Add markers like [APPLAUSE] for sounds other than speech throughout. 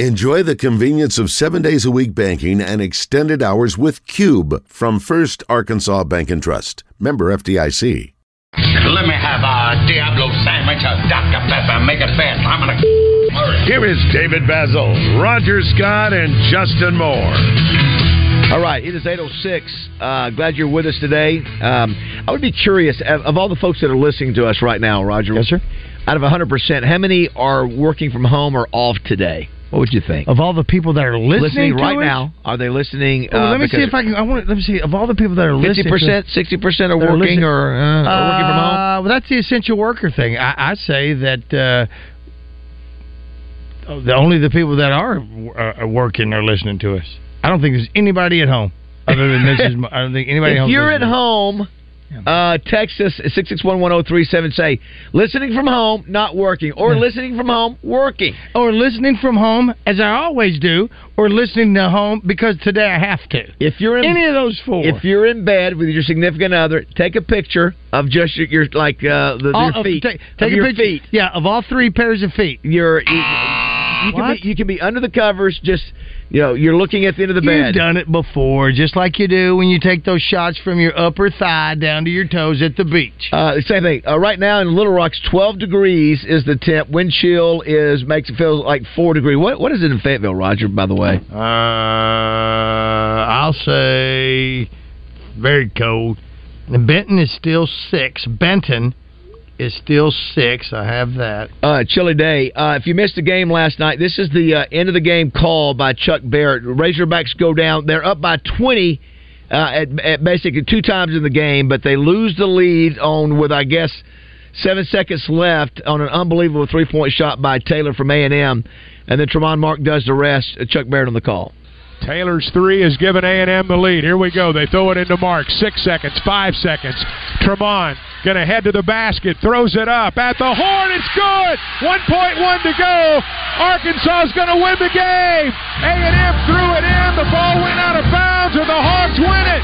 Enjoy the convenience of seven days a week banking and extended hours with Cube from First Arkansas Bank and Trust. Member FDIC. Let me have a Diablo sandwich, a Dr. Pepper, make it fast. I'm gonna hurry. Here is David Basil, Roger Scott, and [LAUGHS] Justin Moore. All right, it is 806. Uh, glad you're with us today. Um, I would be curious, of, of all the folks that are listening to us right now, Roger. Yes, sir. Out of 100%, how many are working from home or off today? What would you think? Of all the people that are listening, to right us- now, are they listening? Oh, uh, let me see because if I can. I want. Let me see. Of all the people that are listening, 50%, 60% are working Oh, or, uh, are working from home? Well, that's the essential worker thing. I, I say that uh, the only the people that are uh, are working are listening to us. I don't think there's anybody at home other than Mrs. Mo- I don't think anybody. If home's you're at listening. home, uh, text us at 661-1037. Say, listening from home, not working. Or listening from home, working. or listening from home, as I always do, or listening to home because today I have to. If you're in, Any of those four. If you're in bed with your significant other, take a picture of just your, your like uh, the, All your of- feet. take of take a your picture. feet. Yeah, of all three pairs of feet. Your you, you can be, you can be under the covers. Just you know, you're looking at the end of the bed. You've done it before, just like you do when you take those shots from your upper thigh down to your toes at the beach. Uh, same thing. Uh, right now in Little Rock's, 12 degrees is the temp. Wind chill is makes it feel like four degree. What what is it in Fayetteville, Roger? By the way, Uh, I'll say very cold. And Benton is still six. Benton is still six. I have that. Uh, chilly day. Uh, if you missed the game last night, this is the uh, end of the game call by Chuck Barrett. Razorbacks go down. They're up by 20 uh, at, at basically two times in the game, but they lose the lead on with I guess seven seconds left on an unbelievable three point shot by Taylor from A and M, and then Tremont Mark does the rest. Uh, Chuck Barrett on the call. Taylor's three has given A&M the lead. Here we go. They throw it into Mark. Six seconds, five seconds. Tremont going to head to the basket, throws it up at the horn. It's good. 1.1 to go. Arkansas is going to win the game. A&M threw it in. The ball went out of bounds, and the Hogs win it.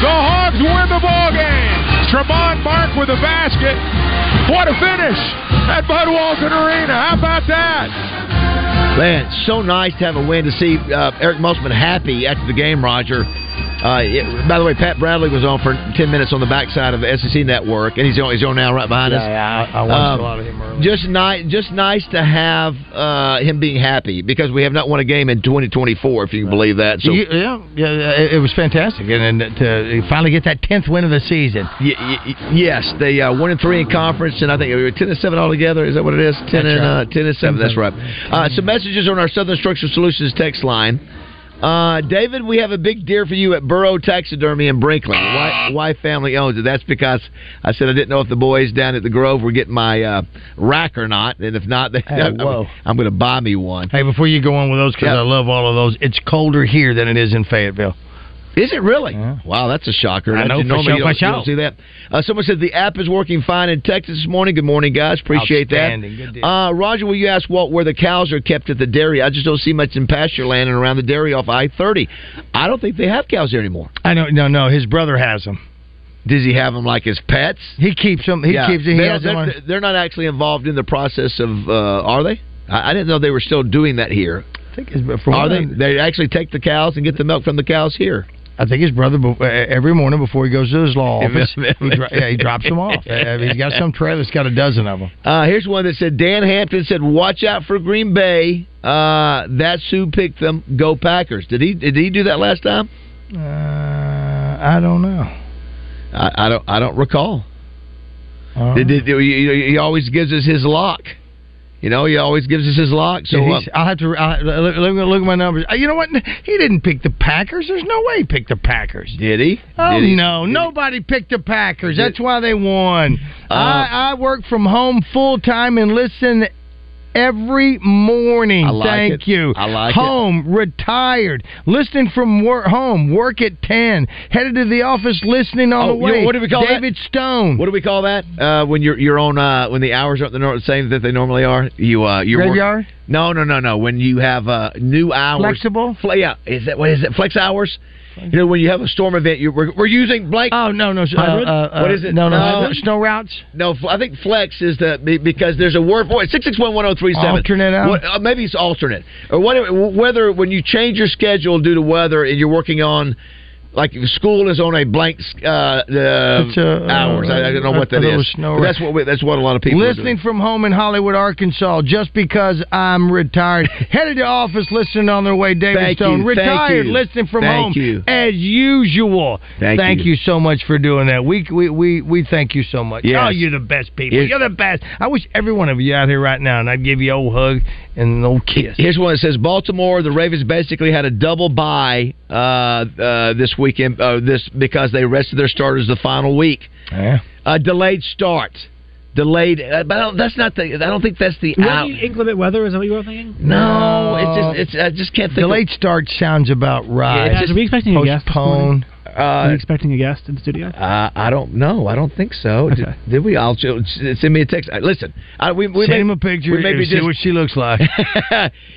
The Hogs win the ball game. Tremont Mark with a basket. What a finish at Bud Walton Arena. How about that? Man, so nice to have a win to see uh, Eric Musselman happy after the game, Roger. Uh, it- by the way, Pat Bradley was on for ten minutes on the backside of the SEC Network, and he's on, he's on now right behind us. I, I watched Um, a lot of him earlier. Just nice, just nice to have uh, him being happy because we have not won a game in 2024, if you can believe that. So, You- yeah, yeah, it- it was fantastic, and, and to finally get that tenth win of the season. y- y- y- yes, they uh, one and three in conference, and I think we were 10 and seven altogether. Is that what it is? 10 That's and right. Mm-hmm. uh, 10 and seven. That's right. Uh, some messages on our Southern Structural Solutions text line. Uh, David, we have a big deer for you at Burrow Taxidermy in Brinkley. Why, why family owns it? That's because I said I didn't know if the boys down at the Grove were getting my uh, rack or not, and if not, they, [LAUGHS] Hey, I'm- Oh, whoa. I'm going to buy me one. Hey, before you go on with those, because Yeah. I love all of those, it's colder here than it is in Fayetteville. Is it really? Yeah. Wow, that's a shocker. I That's know, for normally sure, you don't, for sure. you don't see that. Uh, someone said the app is working fine in Texas this morning. Good morning, guys. Appreciate Outstanding. Good that. deal. Uh, Roger, will you ask Walt where the cows are kept at the dairy? I just don't see much in pasture land and around the dairy off I thirty. I don't think they have cows there anymore. I know, no, no, his brother has them. Does he have them like as pets? He keeps them. He Yeah. keeps them. He They're, has them. on- they're, they're not actually involved in the process of. Uh, are they? I, I didn't know they were still doing that here. I think his, from Are what they? I- They actually take the cows and get the milk from the cows here. I think his brother be- uh, every morning before he goes to his law office, [LAUGHS] he, dro- yeah, he drops them off. Uh, He's got some trailer that's got a dozen of them. Uh, here's one that said Dan Hampton said, "Watch out for Green Bay. Uh, that's who picked them. Go Packers." Did he did he do that last time? Uh, I don't know. I, I don't I don't recall. All Did, right. did, he, he always gives us his lock. You know, he always gives us his lock. So Did he uh, s- I'll have to I'll, look, look, look at my numbers. Uh, You know what? He didn't pick the Packers. There's no way he picked the Packers. did he? Oh Did he? no! Nobody picked the Packers. That's why they won. Uh, I, I work from home full time and listen every morning. I like Thank it. you. I like it. home retired, listening from work home, work at ten, headed to the office, listening on Oh, the you know, way. what do we call that? David Stone. What do we call that uh, when you're you're on uh, when the hours aren't the nor- same that they normally are? You uh, you're work- Graveyard? No, no, no, no. When you have uh, new hours, Flexible? Fle- yeah, is that what is it? Flex hours. you know, when you have a storm event, you we're, we're using blank. Oh no, no, uh, Hybrid? uh, uh, what is it? No, no, snow- snow routes. No, fl- I think flex is the be- because there's a word for it. Six six one one zero three seven. Alternate hour? What, uh, maybe it's alternate or whatever. Whether when you change your schedule due to weather and you're working on. Like if school is on a blank uh, uh, It's a- hours. I, I don't know a- what that a little is. snow But that's what we, that's what a lot of people are doing. Listening from home in Hollywood, Arkansas, just because [LAUGHS] I'm retired. Headed to office, listening on their way, David Thank Stone. you, thank Retired, you. listening from Thank home you. as usual. Thank you. so much for doing that. We we we, we thank you so much. Yes. Oh, you're the best people. Yes. You're the best. I wish every one of you out here right now, and I'd give you a old hug and an old kiss. Here's one that says Baltimore. The Ravens basically had a double bye uh, uh, this weekend. Uh, this because they rested their starters the final week. Yeah. A delayed start, delayed. Uh, but I don't, that's not the. I don't think that's the out. Really inclement weather is that what you were thinking? No, Oh, it's just. It's. I just can't think. The late start sounds about right. Yeah, Uh, Guys, are we expecting a guest? this morning? Postpone. Are we Of, expecting a guest in the studio? uh, uh, I don't know. I don't think so. Did, Okay. did we? I'll ju- send me a text. Uh, Listen, I, we we Send may, him a picture. we maybe and see just- what she looks [LAUGHS] like.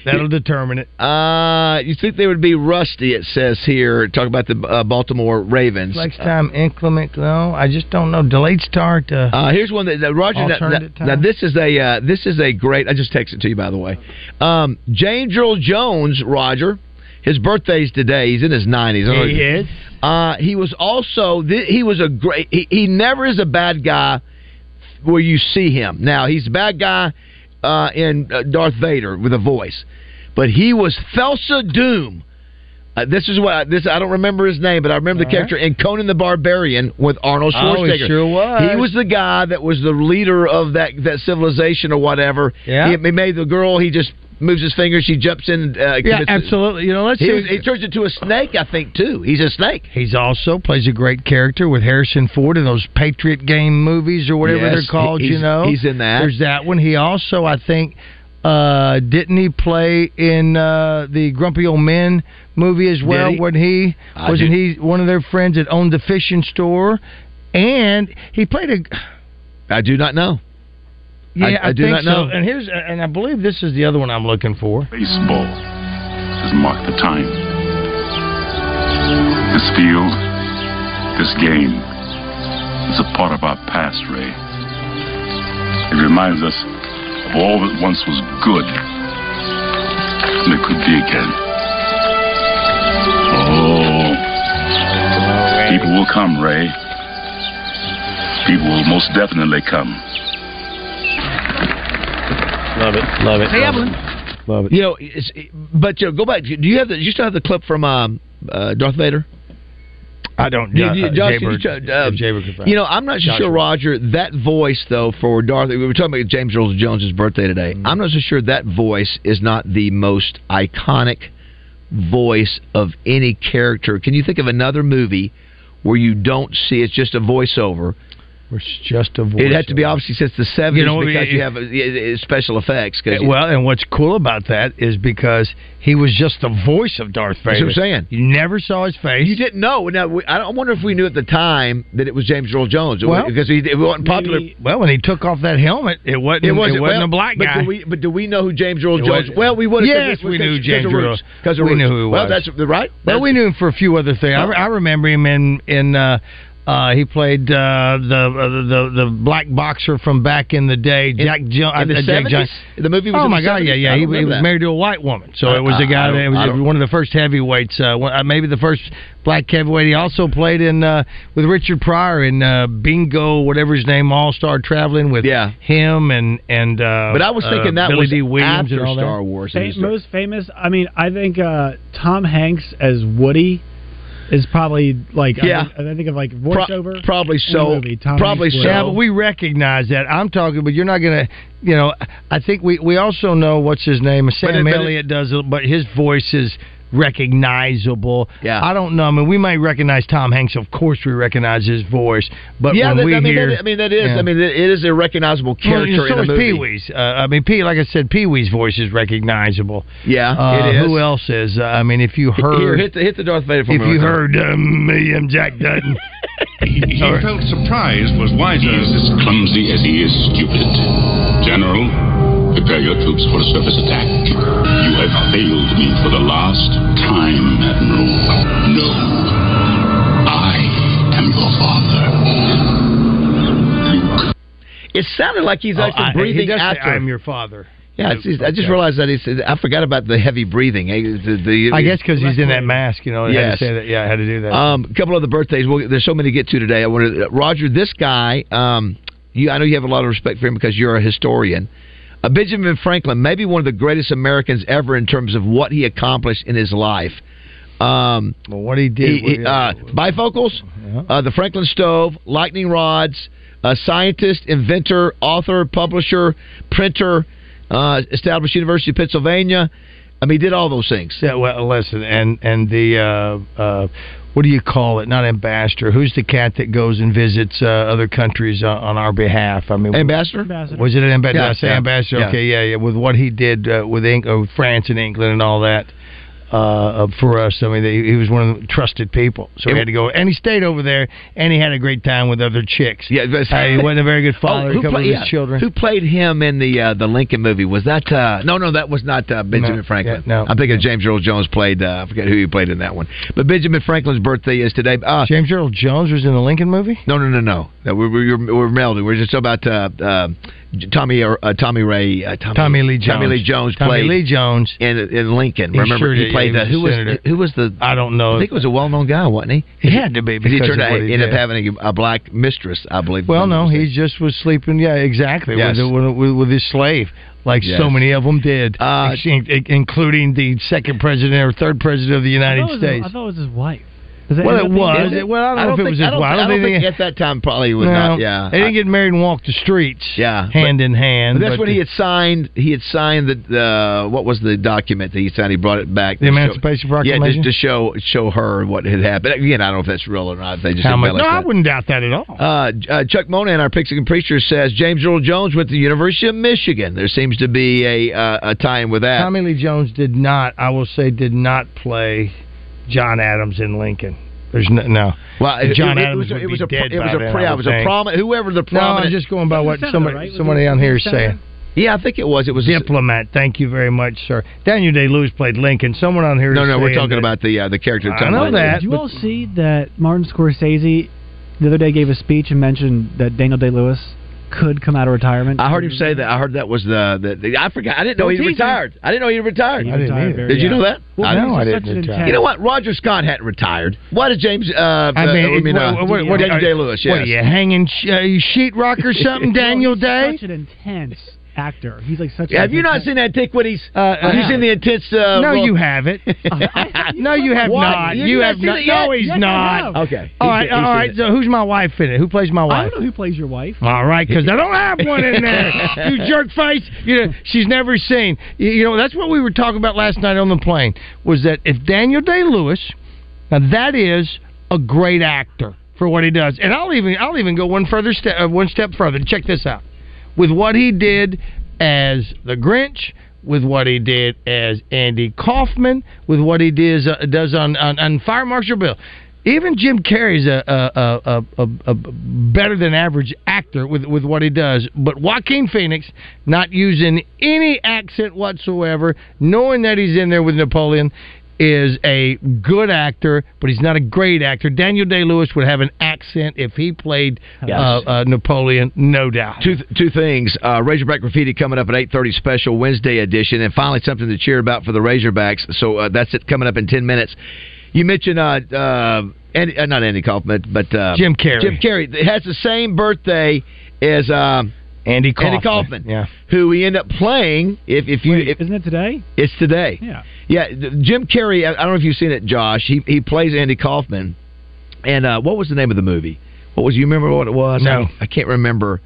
That'll determine it. uh, you think they would be rusty? It says here. Talk about the uh, Baltimore Ravens. Flex time inclement. No, I just don't know. Delayed start. Uh, Uh, here's one that, that Roger. Now, Alternate now- now time? this is a uh, this is a great. I just texted it to you by the way. Um, James Earl Jones, Roger. His birthday's today. He's in his nineties. he is. Uh, he was also th- he was a great. He, he never is a bad guy where you see him. Now he's a bad guy uh, in uh, Darth Vader with a voice, but he was Felsa Doom. Uh, this is what I, this I don't remember his name, but I remember the character in Conan the Barbarian with Arnold Oh, Schwarzenegger. he sure was. He was the guy that was the leader of that that civilization or whatever. Yeah. He, he made the girl. He just moves his finger. She jumps in. Uh, Yeah, commits- absolutely. You know, let's He, see. was, he turns into a snake, I think, too. He's a snake. He's also plays a great character with Harrison Ford in those Patriot Game movies or whatever Yes, they're called. he's- you know, he's in that. There's that one. He also, I think, uh, didn't he play in uh, the Grumpy Old Men movie as well? Did he? When he I wasn't did- he one of their friends that owned the fishing store, and he played a. I do not know. Yeah, I- I, I do think not know. so. And here's and I believe this is the other one I'm looking for. Baseball has marked the time. This field, this game, is a part of our past, Ray. It reminds us of all that once was good and it could be again. Oh, people will come, Ray. People will most definitely come. Love it, love it. love it. You know, it's, but you know, go back. Do you have the? You still have the clip from um, uh, Darth Vader? I don't. Do you- uh, do you- Josh, you- Jaybird, uh, Jaybird could find You it. know, I'm not so Josh sure, Rosen. Roger. That voice, though, for Darth, we were talking about James Earl Jones' birthday today. Mm-hmm. I'm not so sure that voice is not the most iconic voice of any character. Can you think of another movie where you don't see it's just a voiceover? it's just a voice. It had to be obviously since the 70s You know, because it- you have uh, yeah, uh, special effects. Cause Uh, you- Well, and what's cool about that is because he was just the voice of Darth Vader. That's what I'm saying. You never saw his face. You didn't know. Now, we, I don't- I wonder if we knew at the time that it was James Earl Jones Well- because he, it wasn't popular. Maybe- Well, when he took off that helmet, it wasn't. It wasn't, well, a black guy. But do we, but do we know who James Earl It Jones? wasn't. Well, we would. Yes, we knew James Earl. because We knew who he Well, was. that's right. well, That's- we knew him for a few other things. I, re- I remember him in in. Uh, uh, he played uh, the, uh, the the the black boxer from back in the day, Jack Jones. in the Jack Jones. seventies. The movie. Was Oh in my the God! 70s? Yeah, yeah. I He, don't he remember was that. married to a white woman, so I- it was I- the I guy don't- that I was don't- one of the first heavyweights. Uh, one- uh, maybe the first black heavyweight. He also played in uh, with Richard Pryor in uh, Bingo, whatever his name, All Star Traveling with Yeah. him and and. Uh, But I was thinking uh, that Billy was D. Williams after and all that. Star Wars. Fa- most famous. I mean, I think uh, Tom Hanks as Woody is probably like. I Yeah. think- I, think of like Pro- voiceover. probably in the so. movie, Tom Probably Hanks so. was. Yeah, but we recognize that. I'm talking, but you're not gonna. You know, I think we we also know what's his name. Sam it- but it- Elliott does, it, but his voice is recognizable. Yeah. I don't know. I mean, we might recognize Tom Hanks. Of course, we recognize his voice. But yeah, when that, we I mean, hear, that, I mean that is. Yeah. I mean, it is a recognizable Well, character so in a is movie. Pee Wee's. Uh, I mean, Pee. Like I said, Pee Wee's voice is recognizable. Yeah, Uh, it is. Who else is? Uh, I mean, if you heard, Here, hit the hit the Darth Vader for if me. real you quick. heard um, me, I'm Jack Dutton. [LAUGHS] He felt surprise was wiser. He is as clumsy as he is stupid. General, prepare your troops for a surface attack. You have failed me for the last time, Admiral. No It sounded like he's Oh, actually I- he breathing does say, after. I'm your father. yeah, it's just, I just Okay. realized that it's. I forgot about the heavy breathing. Eh, the- the- I guess because he's in that mask, you know. I had Yes. to say that. Yeah, I had to do that. Um, a couple other birthdays. Well, there's so many to get to today. I wanted uh, Roger. This guy, um, you, I know you have a lot of respect for him because you're a historian. Uh, Benjamin Franklin, maybe one of the greatest Americans ever in terms of what he accomplished in his life. Um, well, what he did, Uh-huh. he- uh, bifocals, uh, the Franklin stove, lightning rods, a scientist, inventor, author, publisher, printer, uh, established University of Pennsylvania. I mean, he did all those things. Yeah, well, listen, and and the uh, uh, what do you call it? Not ambassador. Who's the cat that goes and visits uh, other countries uh, on, on our behalf? I mean, Ambassador? Was it an ambassador? Yeah, Did I say uh, yeah, ambassador? yeah. Okay, yeah, yeah. With what he did uh, with Eng- uh, France and England and all that uh, uh, for us, I mean, he, he was one of the trusted people. So we had to go, and he stayed over there, and he had a great time with other chicks. Yeah, he wasn't a very good Oh, father. to who a couple play- of his yeah, children. Who played him in the uh, the Lincoln movie? Was that uh, no, no, that was not uh, Benjamin No, Franklin. yeah, no. I'm thinking James Earl Jones played. Uh, I forget who he played in that one. But Benjamin Franklin's birthday is today. Uh, James Earl Jones was in the Lincoln movie. No, no, no, no. That we we we're, we're melding. We're just talking about uh, uh, Tommy or uh, Tommy Ray. Uh, Tommy, Tommy Lee Jones. Tommy Lee Jones Tommy played Lee Jones in in Lincoln. He Remember sure he did. played He uh, was who a was senator. who was the I don't know. I think it was a well known guy, wasn't he? He had to be Because he because turned of out what he ended up did. having a, a black mistress, I believe. if Well, I'm not no, he just was sleeping. Yeah, exactly. Yes. With, the- with, with his slave, like Yes. so many of them did, Uh, ex- in- including the second president or third president of the I United thought, it was his, States. I thought it was his wife. Does Well, end it up being was. David? It- well, I don't know if it was his think- wife. I don't think it- at that time probably was No. not. Yeah, they didn't get married and walk the streets. Yeah, hand in hand. But that's but when the, he had signed. He had signed the uh, what was the document that he signed? He brought it back. to the show- Emancipation Yeah, Proclamation. just to show show her what had happened. Again, I don't know if that's real or not. They just How much? embellished No, I that. wouldn't doubt that at all. Uh, uh, Chuck Monan, our Pixian preacher, says James Earl Jones went to the University of Michigan. There seems to be a uh, a tie-in with that. Tommy Lee Jones did not. I will say, did not play John Adams in Lincoln. There's no. no. well, it- John it, it was, Adams would it was be a dead it was by a then, pre, I I would was a think. prominent whoever the No, prominent I'm just going by Was it what Senator, somebody right? Was it- somebody on here is was it Senator? saying. yeah I think it was it was a, diplomat. Thank you very much, sir. Daniel Day Lewis played Lincoln. Someone on here. no is no we're saying talking that- about the uh, the character of I Tom know Lennon. that. Did you but- all see that Martin Scorsese the other day gave a speech and mentioned that Daniel Day Lewis could come out of retirement? I heard him say that I heard that was the, the, the I forgot I didn't know Don't he tease me. retired I didn't know he retired He I didn't retired either. very did you young. know that Well, I No, he's I such didn't an retire. intense- You know what? Roger Scott hadn't retired. Why did James? Uh, I uh, mean, I mean, uh, what, what, what, Daniel Day Lewis. What are Yes. you hanging sh- uh, you sheet rock or [LAUGHS] something, No, Daniel he's Day? Such an intense actor. He's like such. Have an you not seen intense- Antiquities? Uh, Have you uh, seen the intense? Uh, no, role- [LAUGHS] you [LAUGHS] haven't. no, you have What? not. You You, haven't have seen not. it yet? No, he's Yes, I not. have. Okay. He's- All right, he's all seen right. it. So who's my wife in it? Who plays my I wife? don't know who plays your wife. All right, because I don't have one in there. you jerk face. You know, she's never seen. You, you know, that's what we were talking about last night on the plane. Was that if Daniel Day Lewis? Now that is a great actor for what he does, and I'll even I'll even go one further step uh, one step further. Check this out. With what he did as the Grinch, with what he did as Andy Kaufman, with what he does uh, does on, on on Fire Marshal Bill. Even Jim Carrey's a a, a, a, a, a better than average actor with, with what he does, but Joaquin Phoenix not using any accent whatsoever, knowing that he's in there with Napoleon, is a good actor, but he's not a great actor. Daniel Day Lewis would have an accent if he played uh, uh, Napoleon, no doubt. Two, two things. Uh, Razorback Graffiti coming up at 8.30 special Wednesday edition. And finally, something to cheer about for the Razorbacks. So uh, that's it coming up in 10 minutes. You mentioned, uh, uh, Andy, uh, not Andy Kaufman, but uh, Jim Carrey. Jim Carrey. It has the same birthday as um, Andy Kaufman. Andy Kaufman, Yeah. who we end up playing if, if you. if, Isn't it today? it's today. Yeah. Yeah, th- Jim Carrey. I I don't know if you've seen it, Josh. He he plays Andy Kaufman. And uh, what was the name of the movie? What was you remember what it was? No. I can't remember.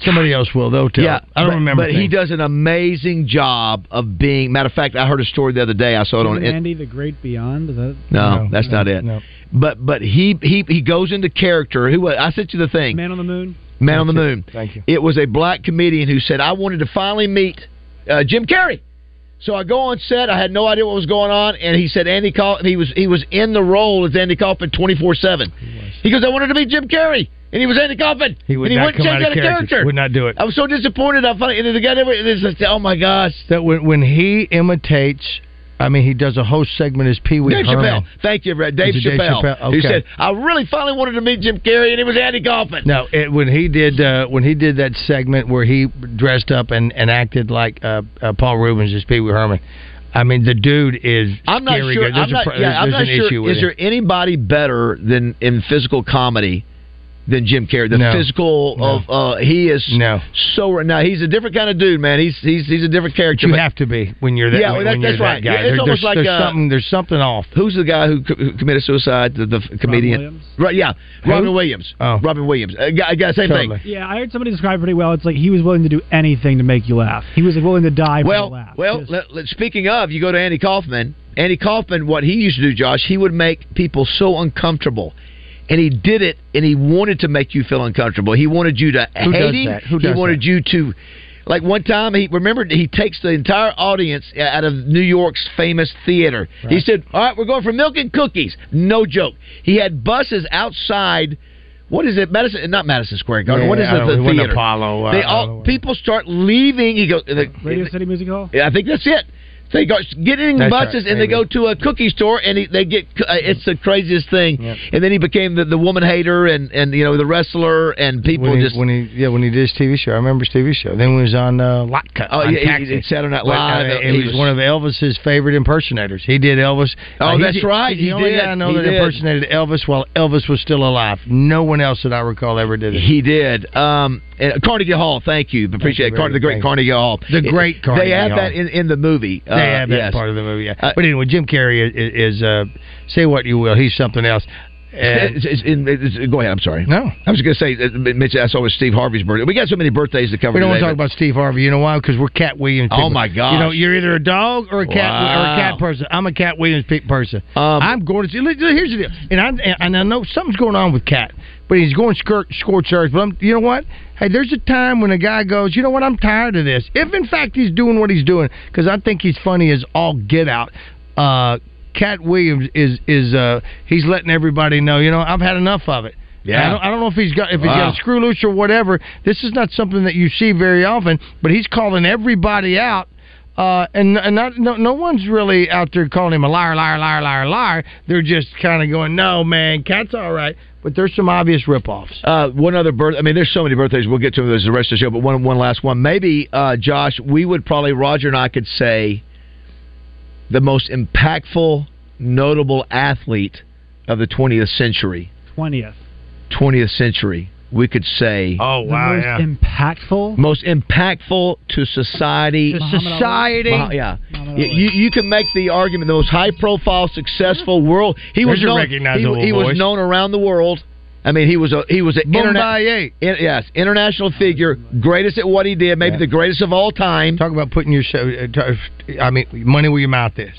Somebody else will, though, too. yeah, I don't but, remember. But he things. does an amazing job of being. Matter of fact, I heard a story the other day. I saw it on. Isn't It, Andy the Great Beyond? Is that no, that's not it. No. But but he he he goes into character. Who was- I sent you the thing? Man, Man on the Moon? on the Moon. Thank you. It was a black comedian who said, I wanted to finally meet uh, Jim Carrey. So I go on set. I had no idea what was going on, and he said Andy Kaufman. He was he was in the role as Andy Kaufman twenty four seven. He goes, I wanted to meet Jim Carrey, and he was Andy Kaufman. He would and he not wouldn't come change out of character. Would not do it. I was so disappointed. I finally and the guy never. and it's just, oh my gosh! that when, when he imitates I mean, he does a host segment as Pee Wee Dave Herman. Chappelle. Thank you, Brad. Dave Is it Dave Chappelle. Chappelle? Who Okay. said, I really finally wanted to meet Jim Carrey, and he was anti-golfing. No, it, when he did uh, when he did that segment where he dressed up and, and acted like uh, uh, Paul Rubens as Pee Wee Herman, I mean the dude is. I'm not scary sure. good. There's I'm not, a, pro- yeah, there's, I'm there's not an sure. issue with is there anybody better than in physical comedy than Jim Carrey? The No. physical of uh, he is No. so now he's a different kind of dude, man. He's he's he's a different character. You but have to be when you're that. Yeah, when, well, that- when you're that's that right. Guy. Yeah, it's There- almost like, there's, there's uh, something. There's something off. Who's the guy who, co- who committed suicide? The, the f- comedian, Williams? right? Yeah, Who? Robin Williams. Oh. Robin Williams. Uh, guy, guy, same Totally. thing. Yeah, I heard somebody describe it pretty well. It's like he was willing to do anything to make you laugh. He was willing to die Well, for a laugh. well. Just- Let, let, speaking of, you go to Andy Kaufman. Andy Kaufman, what he used to do, Josh, he would make people so uncomfortable, and he did it, and he wanted to make you feel uncomfortable. He wanted you to Who hate does him. that? Who he does wanted you to. Like one time, he remembered he takes the entire audience out of New York's famous theater. He said, "All right, we're going for milk and cookies." No joke. He had buses outside. What is it, Madison? Not Madison Square Garden. Yeah, what is I it? don't- The it wasn't theater. Apollo, uh, they I don't all know. people start leaving. He goes. the- Radio City Music Hall. yeah, I think that's it. They go get in That's buses right, and they maybe. go to a cookie store and he, they get. Uh, it's the craziest thing. Yep. And then he became the, the woman hater and and you know the wrestler and people when he, just. when he yeah when he did his TV show. I remember his TV show. Then when he was on uh, Lotka. Oh, on yeah, he- Taxi. he did Saturday Night But, uh, Live. it He was, was- one of Elvis's favorite impersonators. He did Elvis. Oh, Uh, he that's did- right, he's The he only did, guy I know he that did. impersonated Elvis while Elvis was still alive. No one else that I recall ever did it. he did. Um, and Carnegie Hall, thank you, appreciate you it. Car- very the great much. Carnegie Hall, The great Carnegie They have Hall. that in, Uh, in the movie. Uh, They had that part of the movie. Yeah. but anyway, Jim Carrey is, is uh, say what you will, he's [LAUGHS] something else. And- It's- it's in- it's- go ahead. I'm sorry. no, I was going to say, uh, Mitch. I saw it was Steve Harvey's birthday. We got so many birthdays to cover. we don't want today, to talk but- about Steve Harvey. You know why? Because we're Cat Williams. Oh, people. my gosh. You know, you're either a dog or a cat or Wow. a cat person. I'm a Cat Williams pe- person. Um, I'm going to see. look, Here's the deal, and I and I know something's going on with Cat, but he's going skirt scorched earth. But I'm, you know what? Hey, there's a time when a guy goes, you know what? I'm tired of this. If in fact he's doing what he's doing, because I think he's funny as all get out. Uh, Cat Williams is is uh he's letting everybody know. You know, I've had enough of it. Yeah. I don't, I don't know if he's got if he's Wow. got a screw loose or whatever. This is not something that you see very often, but he's calling everybody out. Uh, and and not, no, no one's really out there calling him a liar, liar, liar, liar, liar. They're just kind of going, no, man, cat's all right. But there's some obvious ripoffs. Uh, one other birth. I mean, there's so many birthdays. We'll get to those the rest of the show. But one, one last one. Maybe uh, Josh, we would probably Roger and I could say the most impactful, notable athlete of the 20th century. 20th. 20th century, we could say Oh, The most impactful. most impactful to society. Just Muhammad Ali. Society. Mah- yeah, Muhammad you, Ali. you you can make the argument the most high-profile, successful world. He There's was your known, recognizable he, he was voice. known around the world. I mean, he was a he was an internet. Bombay eight. In, yes, international figure, greatest at what he did, maybe Yeah. the greatest of all time. Talk about putting your, show- uh, t- I mean, money where your mouth is.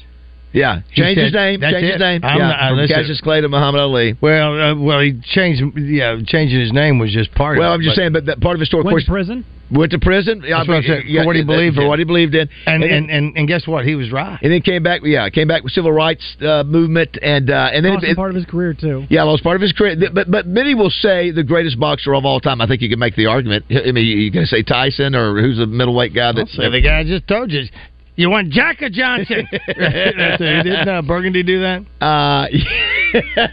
Yeah, He change his said, name. "That's Change his it. name. I'm yeah. not- I From listen- Cassius Clay to Muhammad Ali. Well, uh, well, he changed. Yeah, changing his name was just part Well, I'm of it. just but- saying, but that part of his story, of Went course, to prison. went to prison. Yeah, That's what I'm saying, for what he that- believed for in. what he believed in, And then- and, and and guess what? He was right. and then came back. Yeah, came back with civil rights uh, movement, and uh, and then Lost it- part of his career too. Yeah, lost part of his career. Th- But but many will say the greatest boxer of all time. I think you can make the argument. I mean, you you can say Tyson or who's the middleweight guy that. So the guy I just told you, you want Jack or [LAUGHS] Johnson? That's it. Didn't uh, Burgundy do that? Uh,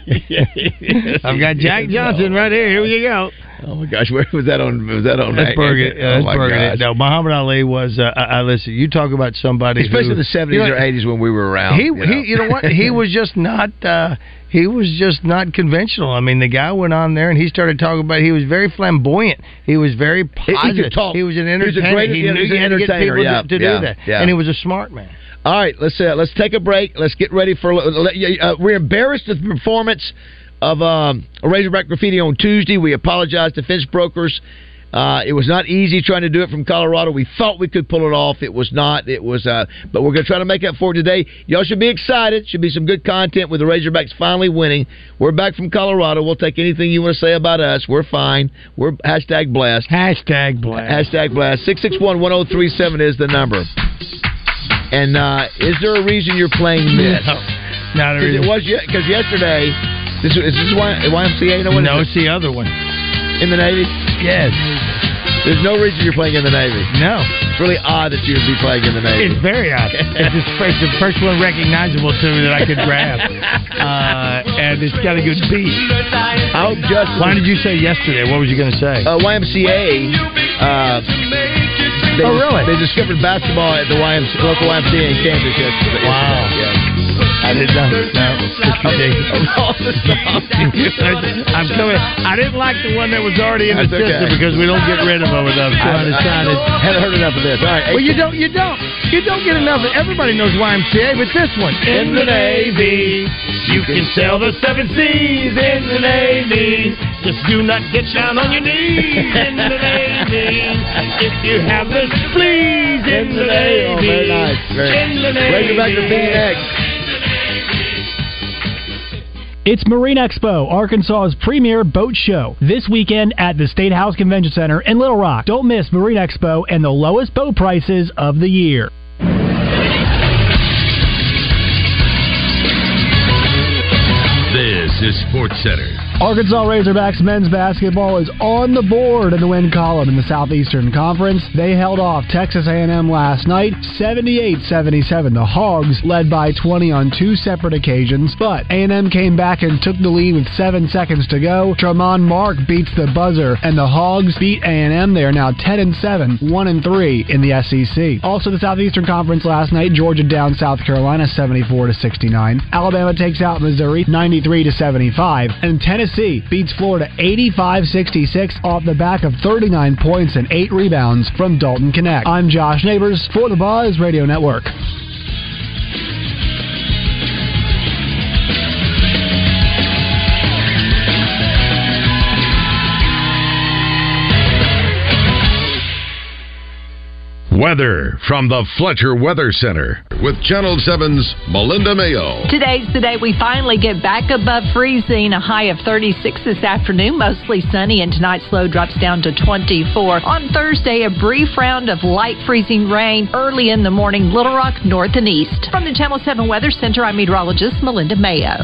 [LAUGHS] I've got Jack Johnson right here. Here you go. Oh my gosh, [LAUGHS] where was that on? Was that on? That's Burgundy. Oh that's my Burgundy. gosh. No, Muhammad Ali was. Uh, I, I listen. You talk about somebody, Especially who, in the seventies you know, or eighties when we were around. He, he, you know what? [LAUGHS] He was just not. Uh, he was just not conventional. I mean, the guy went on there and he started talking about. He was very flamboyant. He was very could positive. talk. He was an He was a entertainer. great- he yeah, knew he was he an had to get entertainer, people to- yeah, to, do yeah, that, yeah. and he was a smart man. All right, let's uh, let's take a break. Let's get ready for. Let, uh, we're embarrassed at the performance of um, Razorback Graffiti on Tuesday. We apologize to fence brokers. Uh, it was not easy trying to do it from Colorado. We thought we could pull it off. It was not. It was, uh, but we're going to try to make up for it today. Y'all should be excited. Should be some good content with the Razorbacks finally winning. We're back from Colorado. We'll take anything you want to say about us. We're fine. We're hashtag blessed. Hashtag black. Hashtag blast. 661-1037 is the number. And uh, is there a reason you're playing this? Not Because it was because yesterday. This is this Y- YMCA. You know what? No, it it's the other one. is? in the Navy. Yes. There's no reason you're playing in the Navy. No. It's really odd that you would be playing in the Navy. It's very odd. it's, just, it's the first one recognizable to me that I could [LAUGHS] grab. Uh, and it's got a good beat. I hope Justin. Why did you say yesterday? What was you going to say? Uh, YMCA. Uh, they, Oh, really? They discovered basketball at the YMCA, local YMCA in Kansas yesterday. Wow. Yeah. I didn't know. [LAUGHS] No, it's ridiculous. [LAUGHS] I'm coming. I didn't like the one that was already in the That's okay. system because we don't get rid of them enough. So I decided. Haven't heard enough of this. All right. Well, you don't, you don't, you don't get enough. Everybody knows YMCA, but this one. In the Navy, you can sail the seven seas. In the Navy, just do not get down on your knees. In the [LAUGHS] Navy, if you have the spleens. In the Navy, Oh, very nice. Very In the nice. Navy. Razorback to V-neck. It's Marine Expo, Arkansas's premier boat show, this weekend at the State House Convention Center in Little Rock. Don't miss Marine Expo and the lowest boat prices of the year. This is Sports Center. Arkansas Razorbacks men's basketball is on the board in the win column in the Southeastern Conference. They held off Texas A&M last night, 78-77. The Hogs led by 20 on two separate occasions, but A&M came back and took the lead with seven seconds to go. Tremont Mark beats the buzzer, and the Hogs beat A&M. They are now 10 and 7, 1 and 3 in the SEC. Also, the Southeastern Conference last night, Georgia down South Carolina 74 to 69. Alabama takes out Missouri 93 to 75, and Tennessee beats Florida 85-66 off the back of 39 points and 8 rebounds from Dalton Connect. I'm Josh Neighbors for the Buzz Radio Network. Weather from the Fletcher Weather Center with Channel 7's Melinda Mayo. Today's the day we finally get back above freezing, a high of 36 this afternoon, mostly sunny, and tonight's low drops down to 24. On Thursday, a brief round of light freezing rain early in the morning, Little Rock north and east. From the Channel 7 Weather Center, I'm meteorologist Melinda Mayo.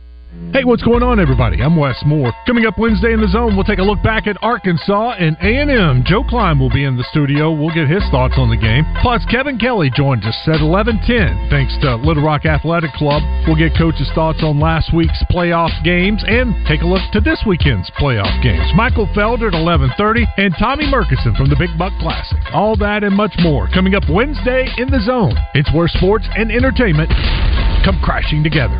Hey, what's going on, everybody? I'm Wes Moore. Coming up Wednesday in the Zone, we'll take a look back at Arkansas and A&M. Joe Klein will be in the studio. We'll get his thoughts on the game. Plus, Kevin Kelly joins us at 11:10. Thanks to Little Rock Athletic Club, we'll get coach's thoughts on last week's playoff games and take a look to this weekend's playoff games. Michael Felder at 11:30 and Tommy Murkison from the Big Buck Classic. All that and much more coming up Wednesday in the Zone. It's where sports and entertainment come crashing together.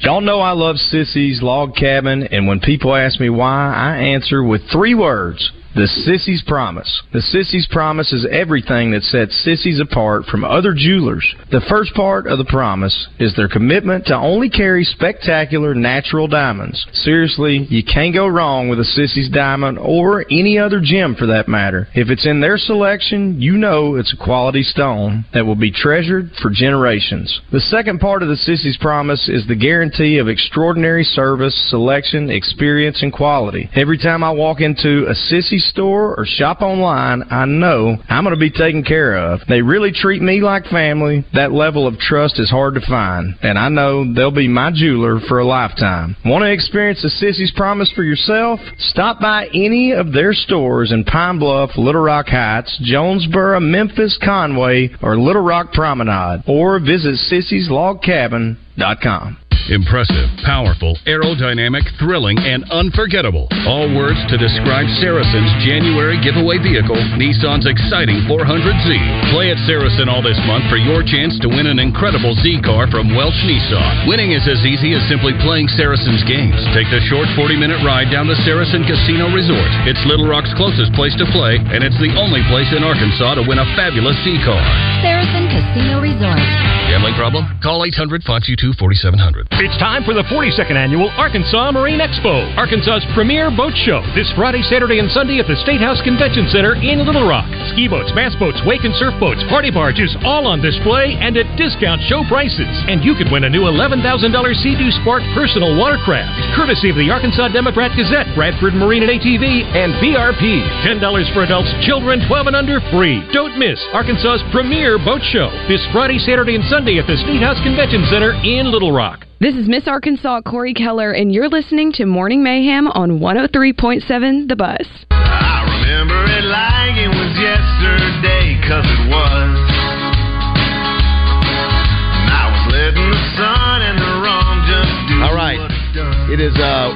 Y'all know I love Sissy's Log Cabin, and when people ask me why, I answer with three words. The Sissy's Promise. The Sissy's Promise is everything that sets Sissy's apart from other jewelers. The first part of the promise is their commitment to only carry spectacular natural diamonds. Seriously, you can't go wrong with a Sissy's diamond or any other gem for that matter. If it's in their selection, you know it's a quality stone that will be treasured for generations. The second part of the Sissy's Promise is the guarantee of extraordinary service, selection, experience, and quality. Every time I walk into a Sissy store or shop online, I know I'm going to be taken care of. They really treat me like family. That level of trust is hard to find, and I know they'll be my jeweler for a lifetime. Want to experience the Sissy's Promise for yourself? Stop by any of their stores in Pine Bluff, Little Rock Heights, Jonesboro, Memphis, Conway, or Little Rock Promenade, or visit sissy'slogcabin.com. Impressive, powerful, aerodynamic, thrilling, and unforgettable. All words to describe Saracen's January giveaway vehicle, Nissan's exciting 400Z. Play at Saracen all this month for your chance to win an incredible Z car from Welch Nissan. Winning is as easy as simply playing Saracen's games. Take the short 40 minute ride down to Saracen Casino Resort. It's Little Rock's closest place to play, and it's the only place in Arkansas to win a fabulous Z car. Saracen Casino Resort. Gambling problem? Call 800 522 4700. It's time for the 42nd annual Arkansas Marine Expo, Arkansas's premier boat show. This Friday, Saturday, and Sunday at the State House Convention Center in Little Rock. Ski boats, bass boats, wake and surf boats, party barges, all on display and at discount show prices. And you could win a new $11,000 Sea-Doo Spark personal watercraft. courtesy of the Arkansas Democrat Gazette, Bradford Marine and ATV, and BRP. $10 for adults, children 12 and under free. Don't miss Arkansas's premier boat show this Friday, Saturday, and Sunday at the State House Convention Center in Little Rock. This is Miss Arkansas Corey Keller, and you're listening to Morning Mayhem on 103.7 The Bus. I remember it like it was yesterday, cause it was. And I was letting the sun and the rum just do All right. what it done. It is uh,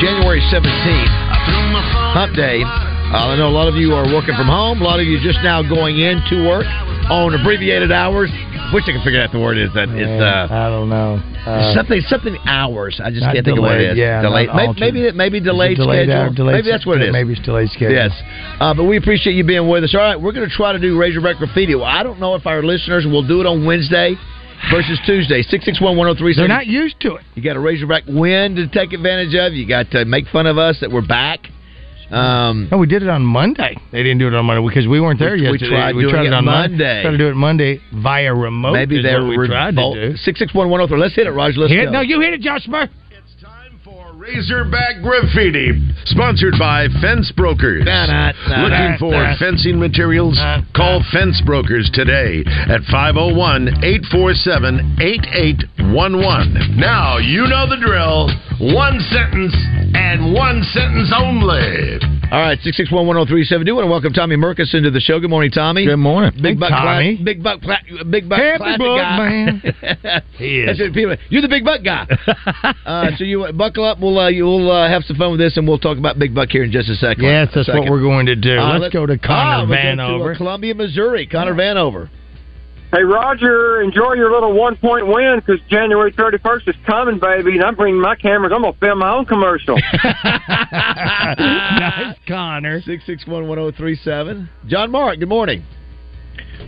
January 17th, Hump Day. Uh, I know a lot of you are working from home. A lot of you just now going into work on abbreviated hours. Wish I could figure out what the word is. That it's uh, I don't know. Uh, something something hours. I just Not can't think of what it is. delayed, yeah, delayed. not Maybe altered. maybe, it- maybe delayed, delayed schedule. hour, delayed maybe that's what it is. schedule, maybe it's delayed schedule. Yes, uh, but we appreciate you being with us. All right, we're going to try to do Razorback Graffiti. Well, I don't know if our listeners will do it on Wednesday versus Tuesday. Six six one one zero three. They're not used to it. You got a Razorback win to take advantage of. You got to make fun of us that we're back. Um, No, we did it on Monday. They didn't do it on Monday because we weren't there We- we yesterday. tried doing it it on Mon- Monday. Tried to do it Monday via remote. maybe is they're what we tried to do. Six six one oh one zero three. Let's hit it, Roger. Let's Hit- go. no, you hit it, Josh Murphy. Razorback Graffiti, sponsored by Fence Brokers. Da, da, da, Looking da, for da. fencing materials? Call Fence Brokers today at 501 847 8811. Now, you know the drill. One sentence and one sentence only. All right, six six one one zero three seven. Do want to welcome Tommy Merkus into the show. Good morning, Tommy. Good morning, Big Hey, Buck. Tommy. Cla- big Buck. Pla- big Buck. Happy Classic Buck, guy. [LAUGHS] man. He is. That's what people- You're the Big Buck [LAUGHS] guy. uh, so you uh, buckle up. We'll uh, you'll uh, have some fun with this, and we'll talk about Big Buck here in just a second. Yes, that's Second. what we're going to do. Uh, let's, let's- go to Ah, Connor we're going to, uh, Vanover. Columbia, Missouri. Connor [LAUGHS] Vanover. [LAUGHS] Hey, Roger, enjoy your little one point win because January 31st is coming, baby, and I'm bringing my cameras. I'm going to film my own commercial. nice, Connor. Six six one one zero three seven. John Mark. Good morning.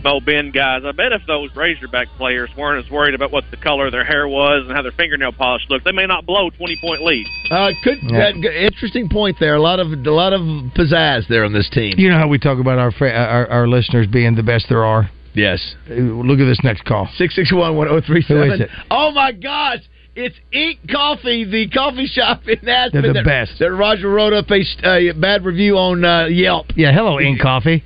Mo Ben guys. I bet if those Razorback players weren't as worried about what the color of their hair was and how their fingernail polish looked, they may not blow twenty point lead. Uh, could Yeah. that- interesting point there. A lot of a lot of pizzazz there on this team. You know how we talk about our, fa- uh, our our listeners being the best there are. Yes. Uh, Look at this next call. Six six one one zero three Who is seven. it? Oh my gosh! It's Ink Coffee, the coffee shop in Aspen. They're the that, best. That Roger wrote up a st- a bad review on uh, Yelp. Yeah, hello, Ink Coffee.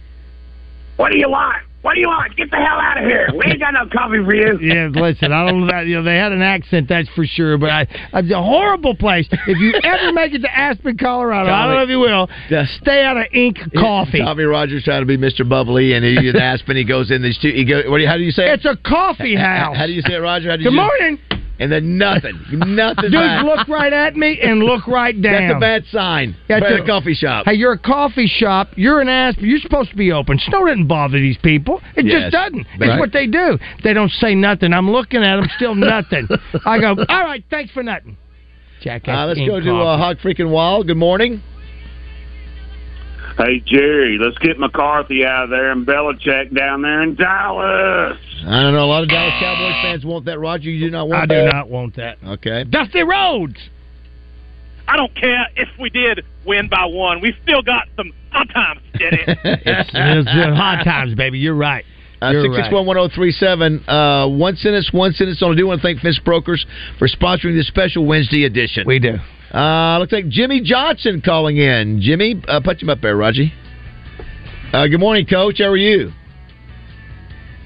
What do you want? What do you want? Get the hell out of here. We ain't got no coffee for you. [LAUGHS] Yeah, listen, I don't know that you know they had an accent, that's for sure, but I, it's a horrible place. If you ever make it to Aspen, Colorado, I don't know if you will. Stay out of Ink Coffee. Tommy Rogers trying to be Mr. Bubbly, and [LAUGHS] he, in Aspen he goes in. These two, he go. What do you, how do you say? It's a coffee house. How do you say it, Roger? How do Good you, morning. And then [LAUGHS] nothing, nothing. Dudes back. look right at me [LAUGHS] and look right down. That's a bad sign. That's We're at a- a coffee shop. Hey, you're a coffee shop. You're an ass. You're supposed to be open. Snow doesn't bother these people. It Yes. just doesn't. Right. It's what they do. They don't say nothing. I'm looking at them, still nothing. [LAUGHS] I go, [LAUGHS] all right, thanks for nothing. Jackass. Uh, let's Ink go to Coffee. uh, Hog Freaking Wild. Good morning. Hey, Jerry, let's get McCarthy out of there and Belichick down there in Dallas. I don't know. A lot of Dallas Cowboys fans want that. Roger, you do not want. I do that. not want that. Okay. Dusty Rhodes. I don't care if we did win by one. We still got some hot times, did it? [LAUGHS] It's, it's been hot times, baby. You're right. Uh, You're six six one one zero three seven. Uh, one sentence, one sentence. So I do want to thank Fence Brokers for sponsoring this special Wednesday edition. We do. Uh, looks like Jimmy Johnson calling in. Jimmy, uh, put him up there, Raji. Uh, good morning, Coach. How are you?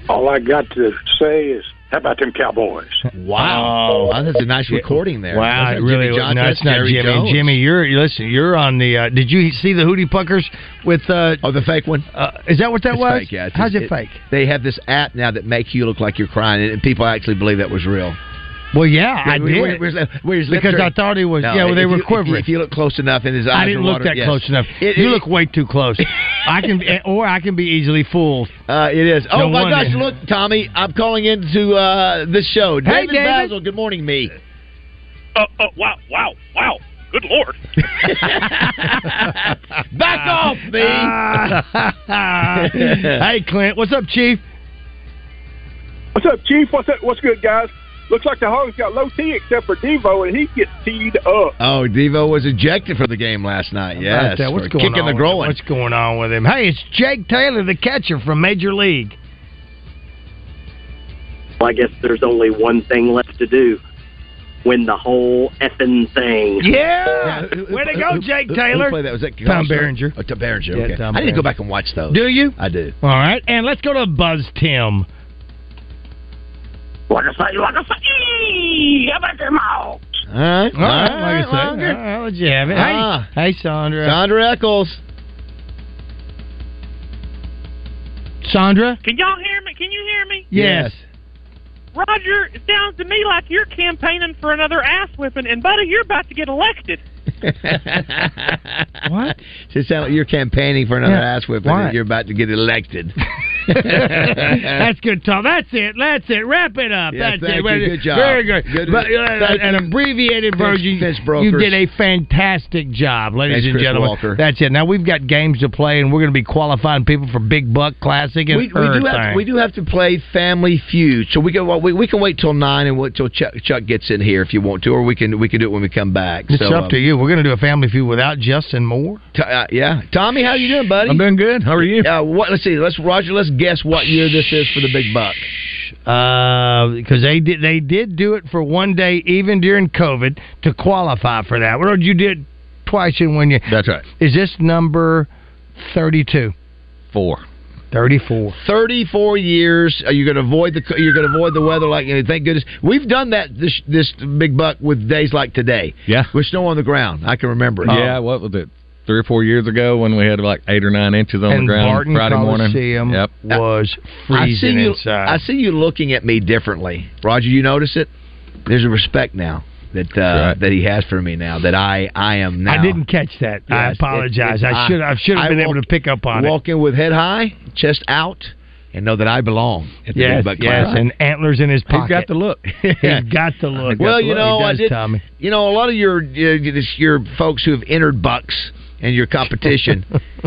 All I got to say is, how about them Cowboys? Wow, that's a nice recording there. Wow, That's it not really Jimmy was. Johnson, No, that's it's not Jerry Jimmy. Jones. Jimmy, you're listen. You're on the. Uh, did you see the Hootie Puckers with? Uh, oh, the fake one. Uh, is that what that It's was? fake, yeah. It's- How's it, fake? They have this app now that make you look like you're crying, and- and people actually believe that was real. Well, yeah, Where- I did where- where's that- where's that because turn? I thought he was. No, yeah, well, if they you- were if- quivering. If you look close enough, and his eyes I didn't are look watered- that yes. close enough. It- you it- look way too [LAUGHS] close. I can, or I can be easily fooled. Uh, it is. Oh No my wonder. gosh! Look, Tommy, I'm calling into uh, this show. Hey, David, David. Basil, good morning, me. Uh, uh, wow, wow, wow. Good lord. Back off me. Ah. [LAUGHS] [LAUGHS] hey, Clint, what's up, Chief? What's up, Chief? What's up? What's good, guys? Looks like the Hogs got low T except for Devo, and he gets teed up. Oh, Devo was ejected from the game last night. Yes, About that. What's for going kicking on the with groin. him? What's going on with him? Hey, it's Jake Taylor, the catcher from Major League. Well, I guess there's only one thing left to do. win the whole effing thing. Yeah. Way to go, Jake Who- Taylor. Who played that? Was that Tom Berenger. Oh, Tom Berenger. Yeah, Okay. Tom I need to Berenger. go back and watch those. Do you? I [LAUGHS] do. All right, and let's go to Buzz Tim. Like I say, like I say, eee, how about them all? All right. All right, like I said, all right, let you have it. Hey, Ah. hey, Sandra. Sandra Eccles. Sandra? Can y'all hear me? Can you hear me? Yes. Roger, it sounds to me like you're campaigning for another ass whipping, and buddy, you're about to get elected. what? It sounds like you're campaigning for another Yeah. ass whipping. Why? and You're about to get elected. [LAUGHS] [LAUGHS] That's good, Tom. That's it. That's it. Wrap it up. Yeah, That's thank it. you. Very Good job. Very good. Good- But, uh, thank an you. abbreviated Fence- version. fence you brokers. did a fantastic job, ladies Thanks, and Chris gentlemen. Walker. That's it. Now we've got games to play, and we're going to be qualifying people for Big Buck Classic and we, we do everything. have we do have to play Family Feud, so we can well, we, we can wait till nine and wait till Chuck, Chuck gets in here if you want to, or we can we can do it when we come back. It's so, up um, to you. We're going to do a family feud without Justin Moore. T- uh, yeah, Tommy, how you doing, buddy? I'm doing good. How are you? Uh, what? Let's see. Let's Roger. Let's guess what year this is for the big buck. because Uh, they did they did do it for one day, even during COVID, to qualify for that. Well, you did twice in one year. That's right. Is this number thirty-two? Four. Thirty-four. Thirty-four years. Are you going to avoid the co- You're going to avoid the weather like you know, thank goodness we've done that this this big buck with days like today. Yeah. with snow on the ground. I can remember. Um, it. Yeah, what was it? Three or four years ago when we had like eight or nine inches on the And ground Barton Friday Coliseum morning. Yep. Was I see you. I see you looking at me differently, Roger. You notice it. There's a respect now that uh, that he has for me now that I I am now. I didn't catch that. I Yes, it- apologize. it- I should I should have I been able walked- to pick up on walk in with head high, chest out, and know that I belong. it. At the Yes, Big Buck yes, Classic. and antlers in his pocket. got the look. [LAUGHS] He's got [LAUGHS] the look. well, you know, he I does, did. Tommy. You know, a lot of your your, your folks who have entered bucks and your [LAUGHS] competition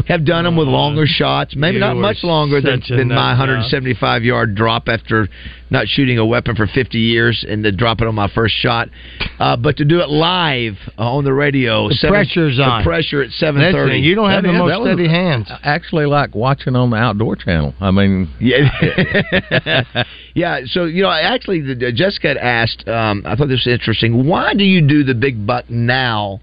have done them with longer shots. Maybe Uh, You not are much longer than, such a than my nut job. 175 yard drop after not shooting a weapon for 50 years and then drop it on my first shot. Uh, but to do it live on the radio, The pressure's the on. pressure at 7:30. Listen, you don't have the most that was steady hands. Actually, like watching on the outdoor channel. I mean, [LAUGHS] yeah, [LAUGHS] yeah. So you know, actually, the, Jessica had asked. Um, I thought this was interesting. Why do you do the big buck now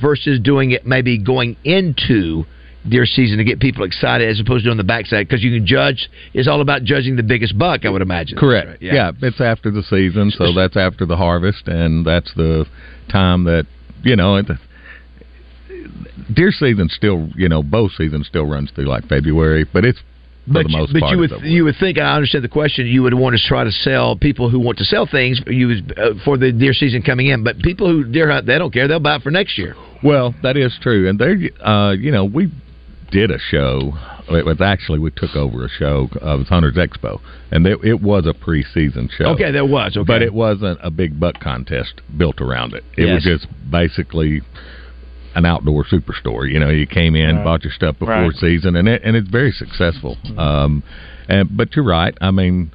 versus doing it maybe going into deer season to get people excited as opposed to on the backside? Because you can judge. It's all about judging the biggest buck. I would imagine. Correct. Right, yeah. it's after the season, so that's after the harvest, and that's the time that you know. It, deer season still, you know, bow season still runs through like February, but it's for But, the most but part. you it's would you would think and I understand the question. You would want to try to sell people who want to sell things. You would, uh, for the deer season coming in, but people who deer hunt, they don't care. They'll buy it for next year. Well, that is true, and there, uh, you know, we did a show. It was actually we took over a show of Hunters Expo, and it, it was a preseason show. Okay, there was. Okay, but it wasn't a big buck contest built around it. It was Yes. just basically an outdoor superstore. You know, you came in, Right. bought your stuff before Right. Mm-hmm. season, and it, and it's very successful. Um, and but you're right. I mean,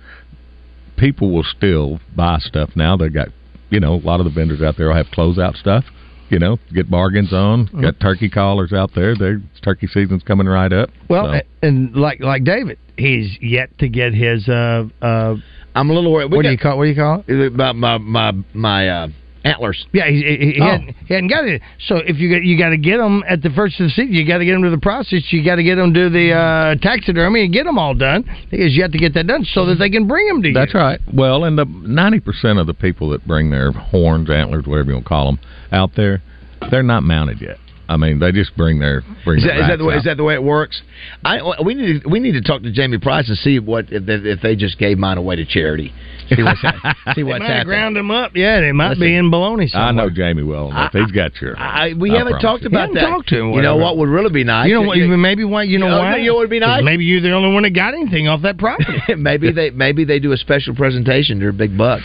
people will still buy stuff now. They got you know a lot of the vendors out there will have closeout stuff. You know, get bargains on. Mm-hmm. Got turkey collars out there. Their turkey season's coming right up. Well, so. a- and like like David, he's yet to get his. Uh, uh, I'm a little worried. We What do got- you call? What do you call it? My my my my uh, antlers. Yeah, he, he, he, Oh. hadn't, he hadn't got it. So if you got you got to get them at the first of the season, you got to get them to the process. You got to get them to the uh, taxidermy and get them all done because you have to get that done Mm-hmm. so that they can bring them to you. That's right. Well, and the ninety percent of the people that bring their horns, antlers, whatever you want to call them, out there, they're not mounted yet. I mean, they just bring their bring Is their that, is that the way? racks Is that the way it works? I we need to, we need to talk to Jamie Price and see what if they, if they just gave mine away to charity. See [LAUGHS] what's happening. see They what's might have happening. ground them up. Yeah, they might be in baloney. out. I know Jamie well enough. He's got your. I, we I haven't promise talked you. about haven't that. talked to him, you know whatever. what would really be nice? you know what? even Maybe why? You know You know, why? you know what would be nice? Maybe you're the only one that got anything off that property. [LAUGHS] maybe they maybe they do a special presentation. They're a big buck.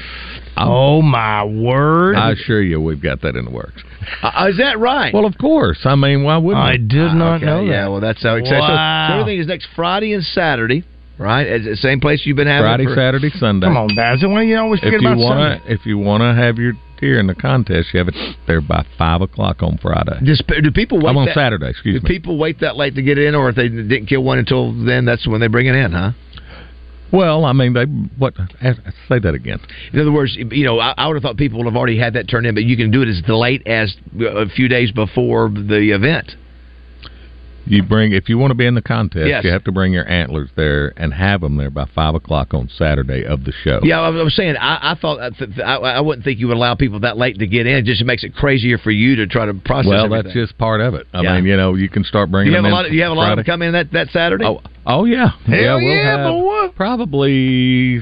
oh my word! I assure you, we've got that in the works. Uh, is that right? Well, of course. I mean, why wouldn't I we? did Ah, not okay. know Yeah, that. well, that's how exciting. So- so Wow. everything is next Friday and Saturday, right? At the same place you've been having Friday, it for- Saturday, Sunday. Come on, Basil. Why do you always if you want to, if you want to have your deer in the contest, you have it there by five o'clock on Friday. Does, do people wait I'm on that- Saturday. Excuse Do me. people wait that late to get in, or if they didn't kill one until then, that's when they bring it in, huh? Well, I mean, they what? Say that again. In other words, you know, I, I would have thought people would have already had that turned in, but you can do it as late as uh, a few days before the event. You bring if you want to be in the contest, Yes. you have to bring your antlers there and have them there by five o'clock on Saturday of the show. Yeah, I was I was saying I, I thought I, th- I, I wouldn't think you would allow people that late to get in. It just makes it crazier for you to try to process. well, that's everything. just part of it. I Yeah. mean, you know, you can start bringing. you have them in a lot. Of, you have a lot of them Friday. come in that that Saturday. Oh, oh yeah, yeah, Hell we'll yeah, have probably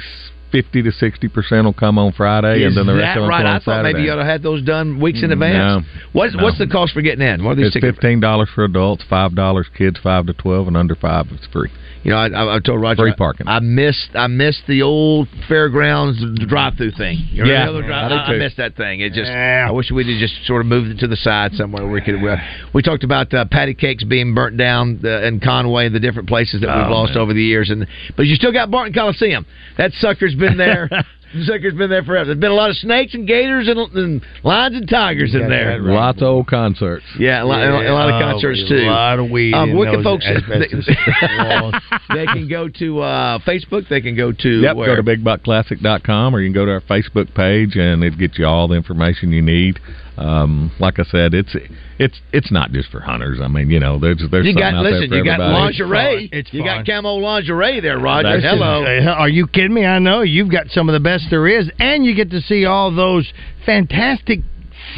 fifty to sixty percent will come on Friday, Is and then the that rest of them right? come on I thought Saturday. Mm, maybe you ought to have those done weeks in advance. No. What's No. what's the cost for getting in? What are these it's tickets? fifteen dollars for adults, five dollars kids, five to twelve, and under five it's free. You know, I, I, I told Roger free parking. I missed I missed the old fairgrounds drive-through thing. You remember Yeah. the other drive- I do I, I too. missed that thing. It just I wish we'd have just sort of moved it to the side somewhere where we could. We, we talked about uh, patty cakes being burnt down uh, in Conway and the different places that we've Oh, lost man. over the years, and but you still got Barton Coliseum. That sucker's [LAUGHS] been there. The sucker's been there forever. There's been a lot of snakes and gators and, and lions and tigers in there. Lots of old concerts. Yeah, a lot, a lot- a lot of Yeah. concerts Oh, a too. lot of weed Um, in what can those folks? asbestos [LAUGHS] They, they can go to uh, Facebook. They can go to Yep, where? go to bigbuckclassic.com or you can go to our Facebook page and it gets you all the information you need. Um, like I said, it's it's it's not just for hunters. I mean, you know, there's there's you something got out listen. there You for got everybody. lingerie. you got camo lingerie there, Roger. That's Hello. Uh, hell, Are you kidding me? I know you've got some of the best there is, and you get to see all those fantastic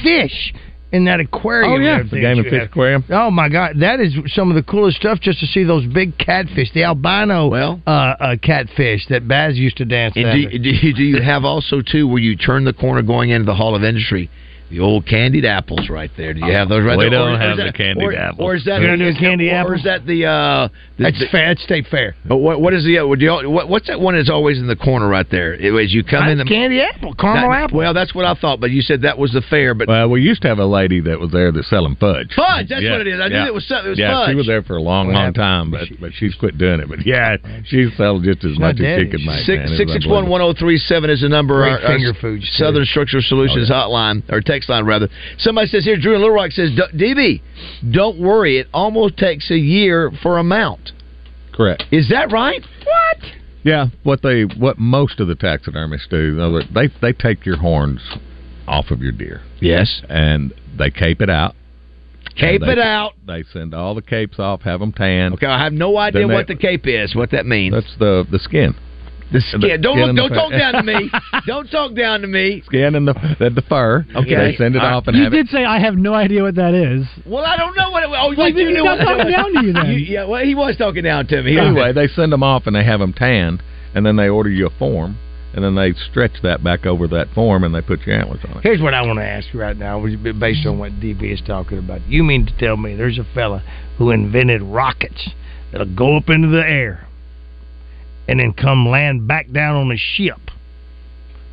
fish in that aquarium. Oh, yeah. there The that Game and you Fish have. Aquarium. Oh my God, that is some of the coolest stuff. Just to see those big catfish, the albino uh, uh, catfish that Baz used to dance. And at. do, you- do, you- do you have also too where you turn the corner going into the Hall of Industry? The old candied apples right there. Do you have those right We there? don't Or- or is have that- the candied or, apples. Or is that You don't do is- candy or apples? is that the uh the, That's fair. That's state fair. But what what is the uh, do y'all- what, what's that one that's always in the corner right there? It, as you come in the candy apple, caramel Not- apple. Well, that's what I thought, but you said that was the fair. But Well, we used to have a lady that was there that's selling fudge. fudge, that's Yeah, what it is. I knew yeah. it was something. It was yeah, fudge. she was there for a long, What long happened? time, but but she's quit doing it. But yeah, she sold just as not much as she dead. could make. man. It Six was six six one one zero three seven is the number. Great Our, our finger s- Southern Structural Oh, Solutions hotline or text line rather. Somebody says here, Drew in Little Rock says, "D- DB, don't worry. It almost takes a year for a mount. Correct. Is that right? What? Yeah, what they what most of the taxidermists do, though, they they take your horns off of your deer. Yes, and they cape it out. Cape And it they- out. They send all the capes off, have them tanned. Okay, I have no idea what the cape is, what that means. That's the the skin. The skin. Yeah, don't in the look, don't fur. talk down to [LAUGHS] me. don't talk down to me. [LAUGHS] Skin and the the, the fur. Okay. they send it All right. off and You have did say I have no idea what that is. Well, I don't know what it was. Oh, Well, you, then you he's knew not what it talking was. down to you then. You- yeah, well, he was talking down to me. it. [LAUGHS] Anyway, they send them off and they have them tanned, and then they order you a form, and then they stretch that back over that form and they put your antlers on it. Here's what I want to ask you right now, which is based on what DB is talking about. You mean to tell me there's a fella who invented rockets that'll go up into the air and then come land back down on a ship,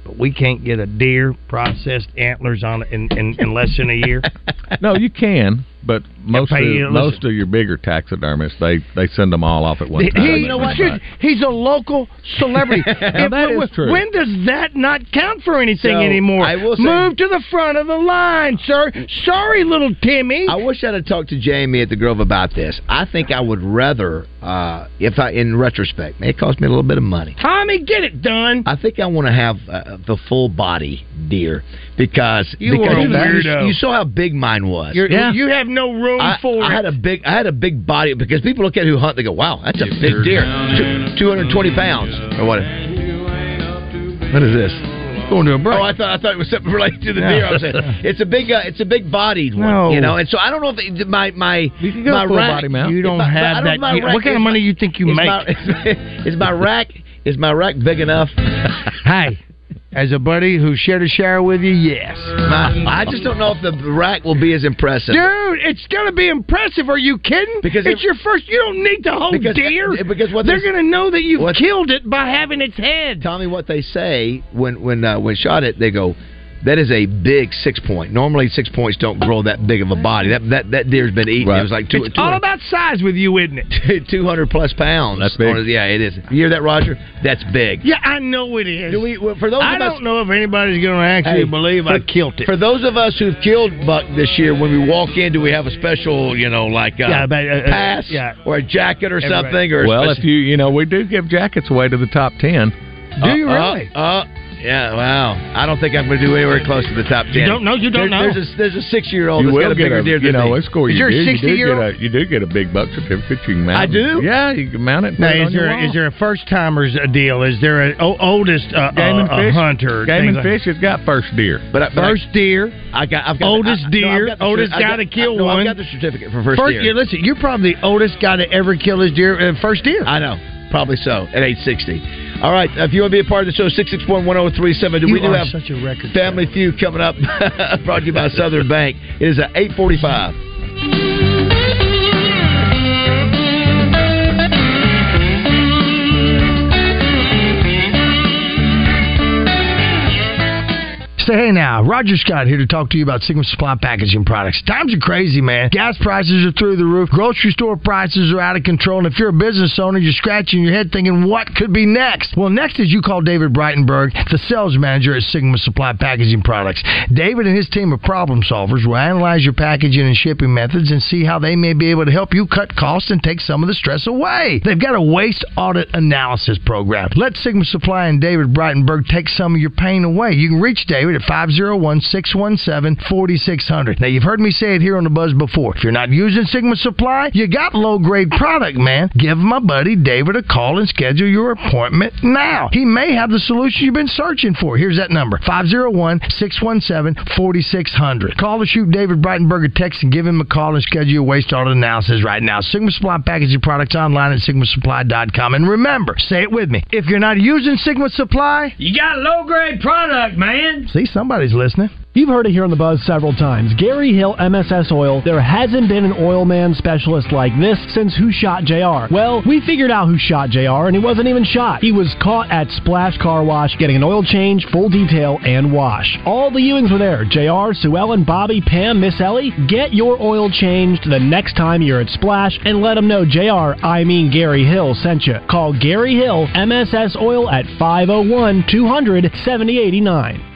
but we can't get a deer processed antlers on it in, in, in less than [LAUGHS] a year? no, you can, but most pay of, you- most of your bigger taxidermists they they send them all off at one He- time. you know what? Dude, He's a local [LAUGHS] celebrity. If- that is when- true. When does that not count for anything So, anymore? I will say- Move to the front of the line, sir. Sorry, little Timmy. I wish I'd have talked to Jamie at the Grove about this. I think I would rather, uh, if I, in retrospect, man, it cost me a little bit of money. Tommy, get it done. I think I want to have uh, the full body deer because You because are a you- weirdo. You, saw how big mine was. You're, You have no room I, for I it. had a big, I had a big body because people look at who hunt, they go, "Wow, that's a big deer, two hundred twenty pounds or what?" What is this? Going to a break. Oh, I thought I thought it was something related to the Yeah. deer. I was [LAUGHS] saying it's a big, uh, it's a big bodied one, No. you know. And so I don't know if it, my my go my full rack, body mount. You if don't my- have I don't that- know if my you- rack what kind of is- money you think you is make? My, [LAUGHS] is my rack is my rack big enough? [LAUGHS] hey, as a buddy who shared a shower with you, yes. My, I just don't know if the rack will be as impressive. Dude, it's gonna be impressive. Are you kidding? Because it's if- your first. You don't need to hold Because- deer. because what they're this- gonna know that you what- killed it by having its head. Tommy, what they say when when uh, when shot it, they go, That is a big six point. Normally, six points don't grow that big of a body. That that, that deer's been eaten. It was like two, It's all about size with you, isn't [LAUGHS] it? 200 plus pounds. That's big. yeah, it is. You hear that, Roger? That's big. Yeah, I know it is. for those I of us- don't know if anybody's going to actually Hey, believe I for- killed it. For those of us who've killed buck this year, when we walk in, do we have a special, you know, like a Yeah, but, uh, uh, pass yeah. or a jacket or Everybody. something? Or a well, speci- if you you know we do give jackets away to the top ten. Uh, uh, Uh, yeah, wow. I don't think I'm going to do anywhere close to the top You ten. don't know, you don't There- know. There's a, there's a six year old you that's will got a get bigger a, deer you than know, me. it's cool. Is you your do, you do sixty year old? get a- You do get a big buck certificate. You can mount. I it. do? Yeah, you can mount it. and Now, put it is on your there wall. is there a first timers deal? Is there an oldest uh, Game and uh, Fish- hunter? Game and things like- Fish has got first deer, but, First deer. I got. I've got oldest I- no, I've deer. got the cer- oldest I've guy got- to kill no, I've one. got the certificate for first deer. yeah, listen, you're probably the oldest guy to ever kill his deer. Uh, first deer. I know. Probably so at age 60. All right, if you want to be a part of the show, 6611037. Do You we do are have such a record Family Feud coming up, [LAUGHS] brought to you by Southern Bank. It is at 845. Say hey now, Roger Scott here to talk to you about Sigma Supply Packaging Products. Times are crazy, man. Gas prices are through the roof. Grocery store prices are out of control. And if you're a business owner, you're scratching your head thinking, what could be next? Well, next is you call David Breitenberg, the sales manager at Sigma Supply Packaging Products. David and his team of problem solvers will analyze your packaging and shipping methods and see how they may be able to help you cut costs and take some of the stress away. They've got a waste audit analysis program. Let Sigma Supply and David Breitenberg take some of your pain away. You can reach David at 501 617 4600. Now, you've heard me say it here on the buzz before. If you're not using Sigma Supply, you got low grade product, man. Give my buddy David a call and schedule your appointment now. He may have the solution you've been searching for. Here's that number 501 617 4600. Call or shoot David Breitenberg a text and give him a call and schedule your waste audit analysis right now. Sigma Supply packaging products online at sigmasupply.com. And remember, say it with me if you're not using Sigma Supply, You got low grade product, man. see, somebody's listening. You've heard it here on the buzz several times. Gary Hill, MSS Oil. There hasn't been an oil man specialist like this since Who Shot JR. Well, we figured out who shot JR, and he wasn't even shot. He was caught at Splash Car Wash getting an oil change, full detail, and wash. All the Ewings were there JR, Sue Ellen, Bobby, Pam, Miss Ellie. Get your oil changed the next time you're at Splash and let them know JR, I mean Gary Hill, sent you. Call Gary Hill, MSS Oil at 501 200 7089.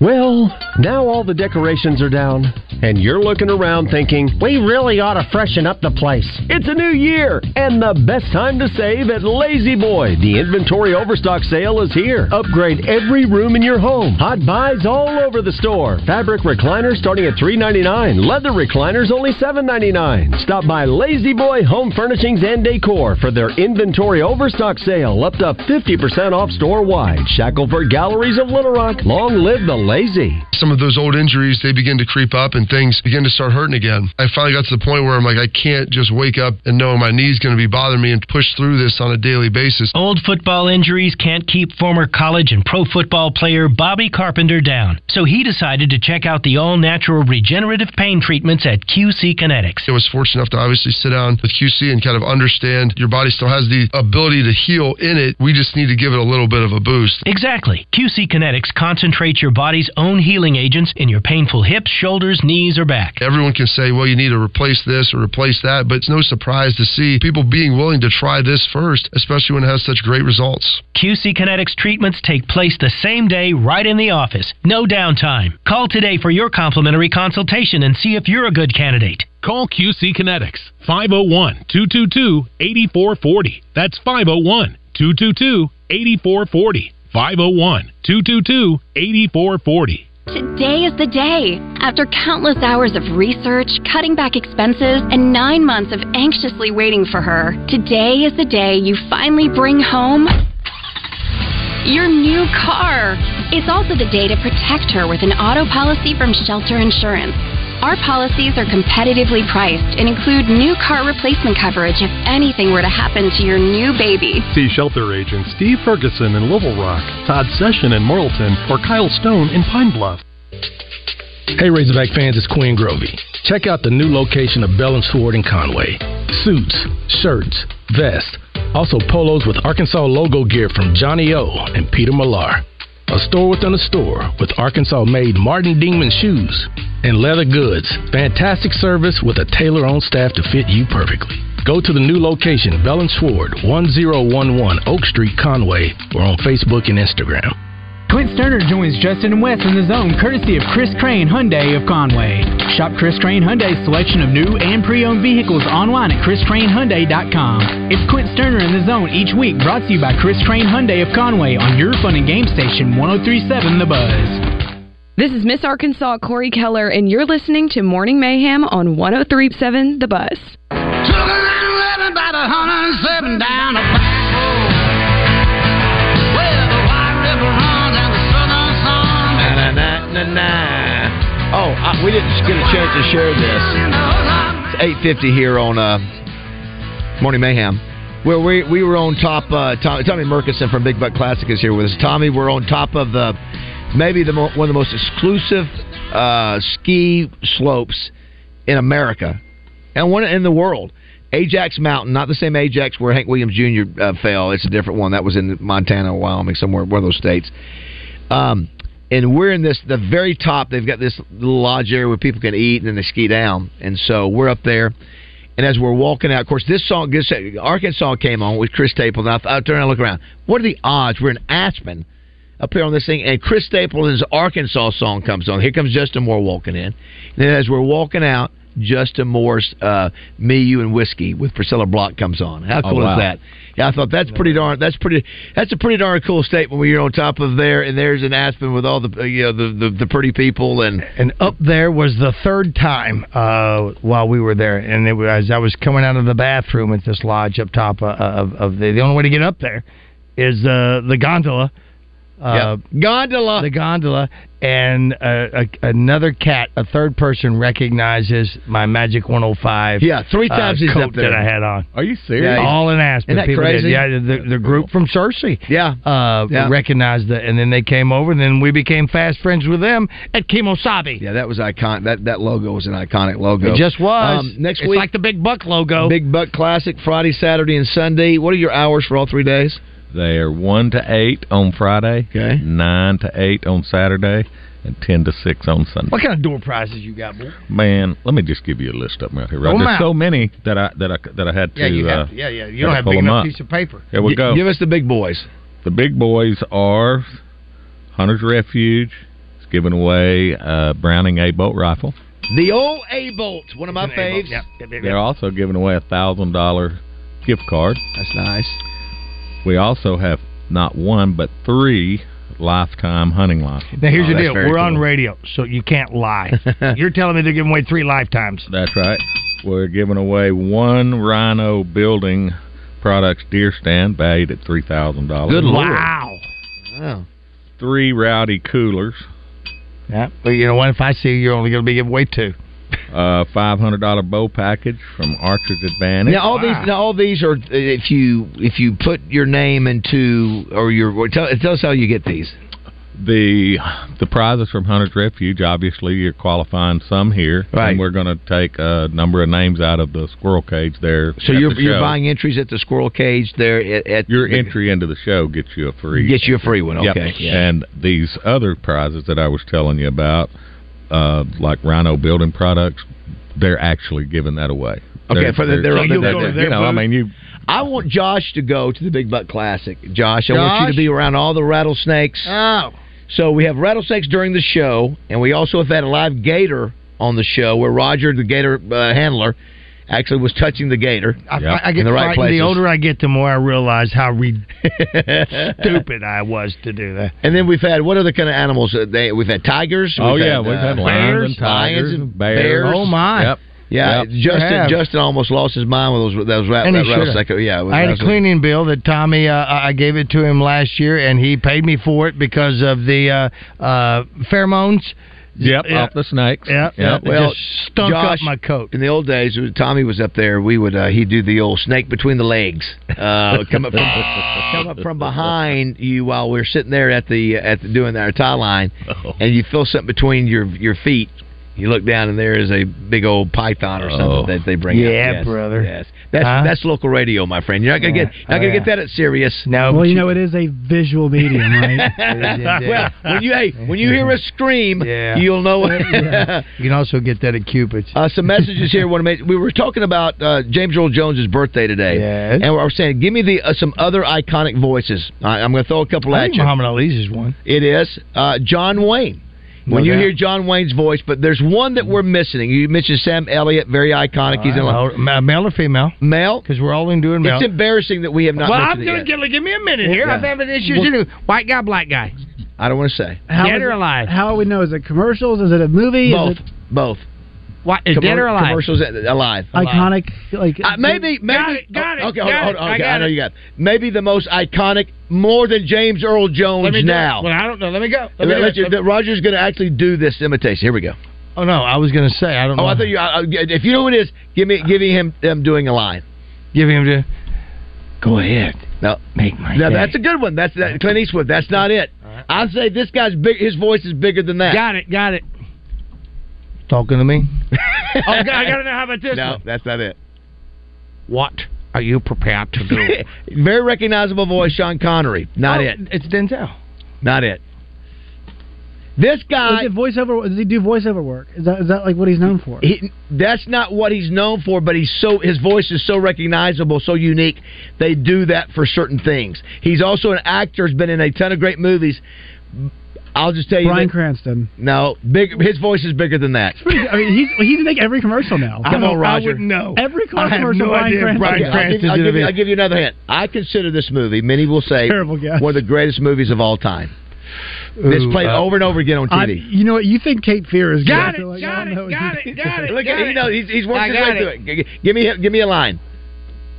Well, now all the decorations are down, and you're looking around thinking, we really ought to freshen up the place. It's a new year, and the best time to save at Lazy Boy. The inventory overstock sale is here. Upgrade every room in your home. Hot buys all over the store. Fabric recliners starting at $3.99, leather recliners only $7.99. Stop by Lazy Boy Home Furnishings and Decor for their inventory overstock sale up to 50% off store wide. Shackleford Galleries of Little Rock. Long live the lazy. some of those old injuries they begin to creep up and things begin to start hurting again. I finally got to the point where I'm like, I can't just wake up and know my knee's going to be bothering me and push through this on a daily basis. Old football injuries can't keep former college and pro football player Bobby Carpenter down, so he decided to check out the all natural regenerative pain treatments at QC Kinetics. I was fortunate enough to obviously sit down with QC and kind of understand your body still has the ability to heal in it. We just need to give it a little bit of a boost. Exactly. QC Kinetics concentrates your body's own healing agents in your painful hips, shoulders, knees, or back. Everyone can say, well, you need to replace this or replace that, but it's no surprise to see people being willing to try this first, especially when it has such great results. QC Kinetics treatments take place the same day right in the office. No downtime. Call today for your complimentary consultation and see if you're a good candidate. Call QC Kinetics 501 222 8440. oh. That's 501 222 8440. 501 222 8440. Today is the day. After countless hours of research, cutting back expenses, and nine months of anxiously waiting for her, today is the day you finally bring home your new car. It's also the day to protect her with an auto policy from Shelter Insurance. Our policies are competitively priced and include new car replacement coverage if anything were to happen to your new baby. See shelter agents Steve Ferguson in Little Rock, Todd Session in Morrilton, or Kyle Stone in Pine Bluff. Hey Razorback fans, it's Quinn Grovey. Check out the new location of Bell and Sword in Conway. Suits, shirts, vests, also polos with Arkansas logo gear from Johnny O and Peter Millar. a store within a store with Arkansas made Martin Dingman shoes and leather goods. Fantastic service with a tailor on staff to fit you perfectly. Go to the new location, Bell and Sword, 1011 Oak Street, Conway, or on Facebook and Instagram. Clint Sterner joins Justin and Wes in the zone courtesy of Chris Crane Hyundai of Conway. Shop Chris Crane Hyundai's selection of new and pre-owned vehicles online at chriscranehyundai.com. It's Clint Sterner in the zone each week brought to you by Chris Crane Hyundai of Conway on your fun and game station 1037 The Buzz. This is Miss Arkansas Corey Keller, and you're listening to Morning Mayhem on 1037 The Buzz. Na-na-na-na-na. Oh, I, we didn't get a chance to share this. It's 8.50 here on uh, Morning Mayhem. Where we, we were on top, uh, Tom, Tommy Murkison from Big Buck Classic is here with us. Tommy, we're on top of the maybe the mo- one of the most exclusive uh, ski slopes in America and one in the world. Ajax Mountain, not the same Ajax where Hank Williams Jr. Uh, fell. It's a different one. That was in Montana, or Wyoming, somewhere one of those states. Um, and we're in this the very top. They've got this little lodge area where people can eat and then they ski down. And so we're up there. And as we're walking out, of course, this song, this, uh, Arkansas came on with Chris Staples. And I, I turn and look around. What are the odds? We're in Aspen up here on this thing, and Chris Staples' Arkansas song comes on. Here comes Justin Moore walking in. And then as we're walking out, Justin Moore's uh, "Me, You, and Whiskey" with Priscilla Block comes on. How Oh, cool wow. is that? Yeah, I thought that's pretty darn. That's pretty. That's a pretty darn cool statement when you're on top of there, and there's an Aspen with all the uh, you know the, the the pretty people and and up there was the third time uh, while we were there, and it was, as I was coming out of the bathroom at this lodge up top of, of, of the, the only way to get up there is uh, the gondola. Uh, Gondola, the gondola, and uh, a, another cat, a third person recognizes my Magic 105. Yeah, three uh, times he's coat up there. that I had on. Are you Yeah, all in Isn't Aspen. that People did. crazy? Yeah, the, the group from Cersei. Yeah, uh, Yeah. recognized that, and then they came over, and then we became fast friends with them at Kemosabe. Yeah, that was iconic. That that logo was an iconic logo. It just was. Um, next It's week, like the Big Buck logo. Big Buck Classic Friday, Saturday, and Sunday. What are your hours for all three days? They are 1 to 8 on Friday, 9 to 8 on Saturday, and 10 to 6 on Sunday. What kind of door prizes you got, boy? Man, let me just give you a list of them right here. Throw Right? 'em There's out. so many that I that I that I had to. Yeah, you uh, have. yeah, yeah. You had don't to have pull big 'em enough up. piece of paper. Here we go. Give us the big boys. The big boys are Hunter's Refuge. It's giving away uh, Browning A bolt rifle. The old A Bolt, one of my An A-Bolt, faves. yep, yep, yep, They're yep. also giving away a thousand dollar gift card. That's nice. We also have not one but three lifetime hunting licenses. Oh, Now here's the deal. We're on radio, so you can't lie. [LAUGHS] You're telling me they're giving away three lifetimes. That's right. We're giving away one Rhino Building Products deer stand valued at three thousand dollars. Wow. Wow. Three rowdy coolers. Yeah. But you know what? If I see you, you're only going to be giving away two. Uh, five hundred dollar bow package from Archer's Advantage. Now all these, now all these are if you if you put your name into or your or tell, tell us how you get these. the the prizes from Hunter's Refuge. Obviously, you're qualifying some here, Right. and we're going to take a number of names out of the squirrel cage there. So at you're the you're show. buying entries at the squirrel cage there at, at your entry into the show gets you a free Gets you a free one, Yep. okay, yeah. And these other prizes that I was telling you about, uh, like Rhino Building Products, they're actually giving that away. Okay, They're- for the, they're- their own. they're- you know, I mean, you I want Josh to go to the Big Buck Classic. Josh, I want you Josh? to be around all the rattlesnakes. Oh. So we have rattlesnakes during the show, and we also have had a live gator on the show where Roger, the gator uh, handler, actually was touching the gator I, I get in the right frightened. places. The older I get, the [LAUGHS] more I realize how re- stupid I was to do that. and then we've had what other kind of animals? Uh, They, we've had tigers. Oh, we've yeah, we've had lions and bears, tigers lions and bears. Oh, my. Yep. Yeah, Yep. Justin. Sure have. Justin almost lost his mind with those those rat, And he rat, should've. rattlesnake. Yeah, with I had a rattlesnake. cleaning bill that Tommy, uh, I I gave it to him last year, and he paid me for it because of the uh, uh, pheromones. Yep, Yeah. off the snakes. Yep. Yeah, well, just stunk Josh, up my coat. In the old days, when Tommy was up there, we would uh, he'd do the old snake between the legs, [LAUGHS] uh, [LAUGHS] come up from come up from behind you while Oh. we're sitting there at the at the, doing our tie line, and you feel something between your your feet. You look down, and there is a big old python or something Oh. that they bring out. Yeah, Yes, brother. Yes, that's Huh? that's local radio, my friend. You're not gonna Yeah. get not Oh, gonna yeah. get that at Sirius. well, you know, it is a [LAUGHS] [LAUGHS] visual medium, right? well, when you hey, when you hear a scream, Yeah. you'll know. You can also get that at Cupid's. Uh, some [LAUGHS] messages here. Want to make? We were talking about uh, James Earl Jones' birthday today, yes. and we we're saying, give me the uh, some other iconic voices. I, I'm going to throw a couple I at think you. Muhammad Ali's is one. It is uh, John Wayne. When No you doubt. hear John Wayne's voice, but there's one that we're missing. You mentioned Sam Elliott, very iconic. He's in a lot- Uh, ma- male or female? Male, because we're all doing male. It's embarrassing that we have not. well, mentioned I'm it gonna yet. give, give me a minute here. Yeah. I'm having issues. Well- too. White guy, black guy. I don't want to say. Dead or alive? How do we know? Is it commercials? Is it a movie? Both. Is it Both. What is dead or alive? Commercials uh, alive. iconic? Like Uh, maybe, maybe. Got it, got it, okay, hold got it, on, hold on. I Okay, I, got know it. you got. Maybe the most iconic, more than James Earl Jones Let me do it. now. Well, I don't know. Let me go. Let Let me do it. you- Let me- Roger's going to actually do this imitation. Here we go. Oh no, I was gonna say I don't. Oh, know. I thought you. I, I- if you know who it is, give me, give me him, them doing a line. Give him to. Go ahead. No, make my. No, day. that's a good one. That's that, Clint Eastwood. That's not it. I say this guy's big. His voice is bigger than that. Got it. Got it. Talking to me. oh, I gotta know how about this. No, one? that's not it. What are you prepared to do? [LAUGHS] Very recognizable voice, Sean Connery. Not Oh, it. It's Denzel. Not it. This guy. Is it voiceover? Does he do voiceover work? Is that is that like what he's known for? He, that's not what he's known for, but he's so his voice is so recognizable, so unique. They do that for certain things. He's also an actor. Has been in a ton of great movies. I'll just tell you, Bryan that- Cranston. no, big. His voice is bigger than that. Pretty- I mean, he's he's in like every commercial now. Come on, Roger. Every I have commercial. no Bryan idea if Cranston. Bryan Okay, I'll give- I'll, give, you- I'll give you another hint. I consider this movie, many will say, Terrible guess. one of the greatest movies of all time. this Ooh, played uh, over and over again on I- TV. you know what? You think Kate Fear is Got good. it. Got it. Got it. [LAUGHS] Got it. Look got at you know he's, he's worked I his got way through it. G- g- Give me give me a line.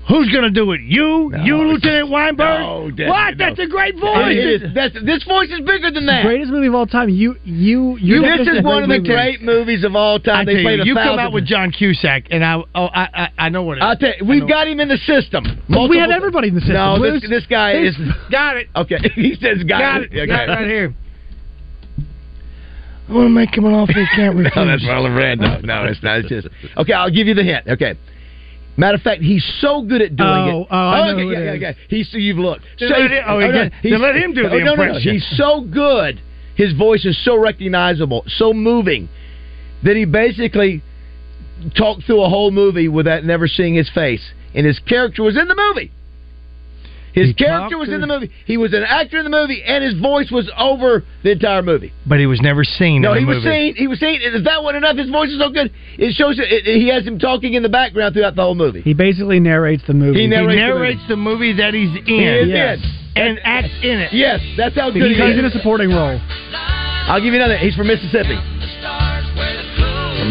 Who's gonna do it? You? you, Lieutenant Weinberg? No, that- what? no. That's a great voice. I mean, it is- that's- this voice is bigger than that. Greatest movie of all time. You you you. You- think this is a one of the movie. great movies of all time. I they tell played you, a you come thousand- out with John Cusack, and I oh I I, I know what it is. I'll tell you, we've got him in the system. But we have Multiple- everybody in the [LAUGHS] system. No, Blues- this, this guy this- is [LAUGHS] got it. Okay, [LAUGHS] he says got, Got it. it. Okay. Got it right here. I want to make him an offer he [LAUGHS] can't refuse. No, [LAUGHS] that's Marlon Brando. No, it's not. It's just okay. I'll give you the hint. Okay. Matter of fact, he's so good at doing Oh, it. oh, I know okay, who it yeah, is. yeah, okay. He's so you've looked. Then so let him- oh, again, he's- then let him do oh, the no, no, no. impression. He's so good. His voice is so recognizable, so moving, that he basically talked through a whole movie without never seeing his face, and his character was in the movie. His character was in the movie. He was an actor in the movie, and his voice was over the entire movie. But he was never seen. No, in the he was movie. saying he was saying is that one enough? His voice is so good. It shows it, it, he has him talking in the background throughout the whole movie. He basically narrates the movie. He narrates, He narrates the movie that he's in. He is yes. in. And acts in it. Yes, that's how He's good he is. in a supporting role. I'll give you another. He's from Mississippi.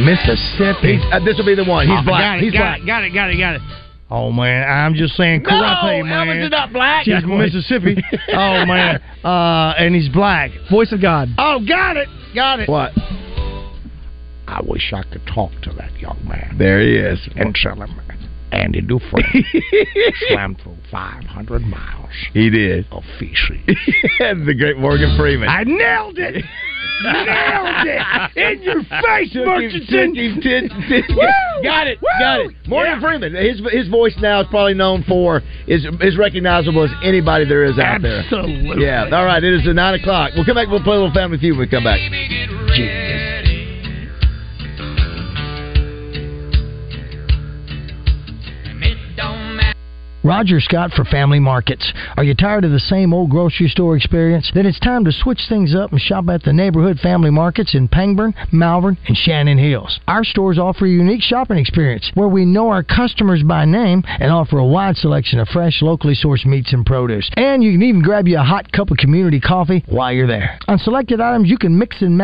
Mississippi. Uh, this will be the one. He's Oh, black. Got it, He's got black. It, got it. Got it. Got it. Oh man, I'm just saying No, karate, man. Elvis is not black. He's from [LAUGHS] Mississippi. oh man, uh, and he's black. Voice of God. Oh, got it. Got it. What? I wish I could talk to that young man. There he is. And tell him Andy Dufresne [LAUGHS] [LAUGHS] swam through 500 miles He did. of [LAUGHS] feces. the great Morgan Freeman. [LAUGHS] I nailed it. nailed it in [LAUGHS] your face, Murchison. Woo! [LAUGHS] Got it. Woo! Got it. Morgan Freeman. His his voice now is probably known for is is recognizable as anybody there is out there. Absolutely. Yeah. All right. It is the nine o'clock. We'll come back. We'll play a little family feud when we come back. Roger Scott for Family Markets. Are you tired of the same old grocery store experience? Then it's time to switch things up and shop at the neighborhood family markets in Pangburn, Malvern, and Shannon Hills. Our stores offer a unique shopping experience where we know our customers by name and offer a wide selection of fresh, locally sourced meats and produce. And you can even grab you a hot cup of community coffee while you're there. On selected items, you can mix and match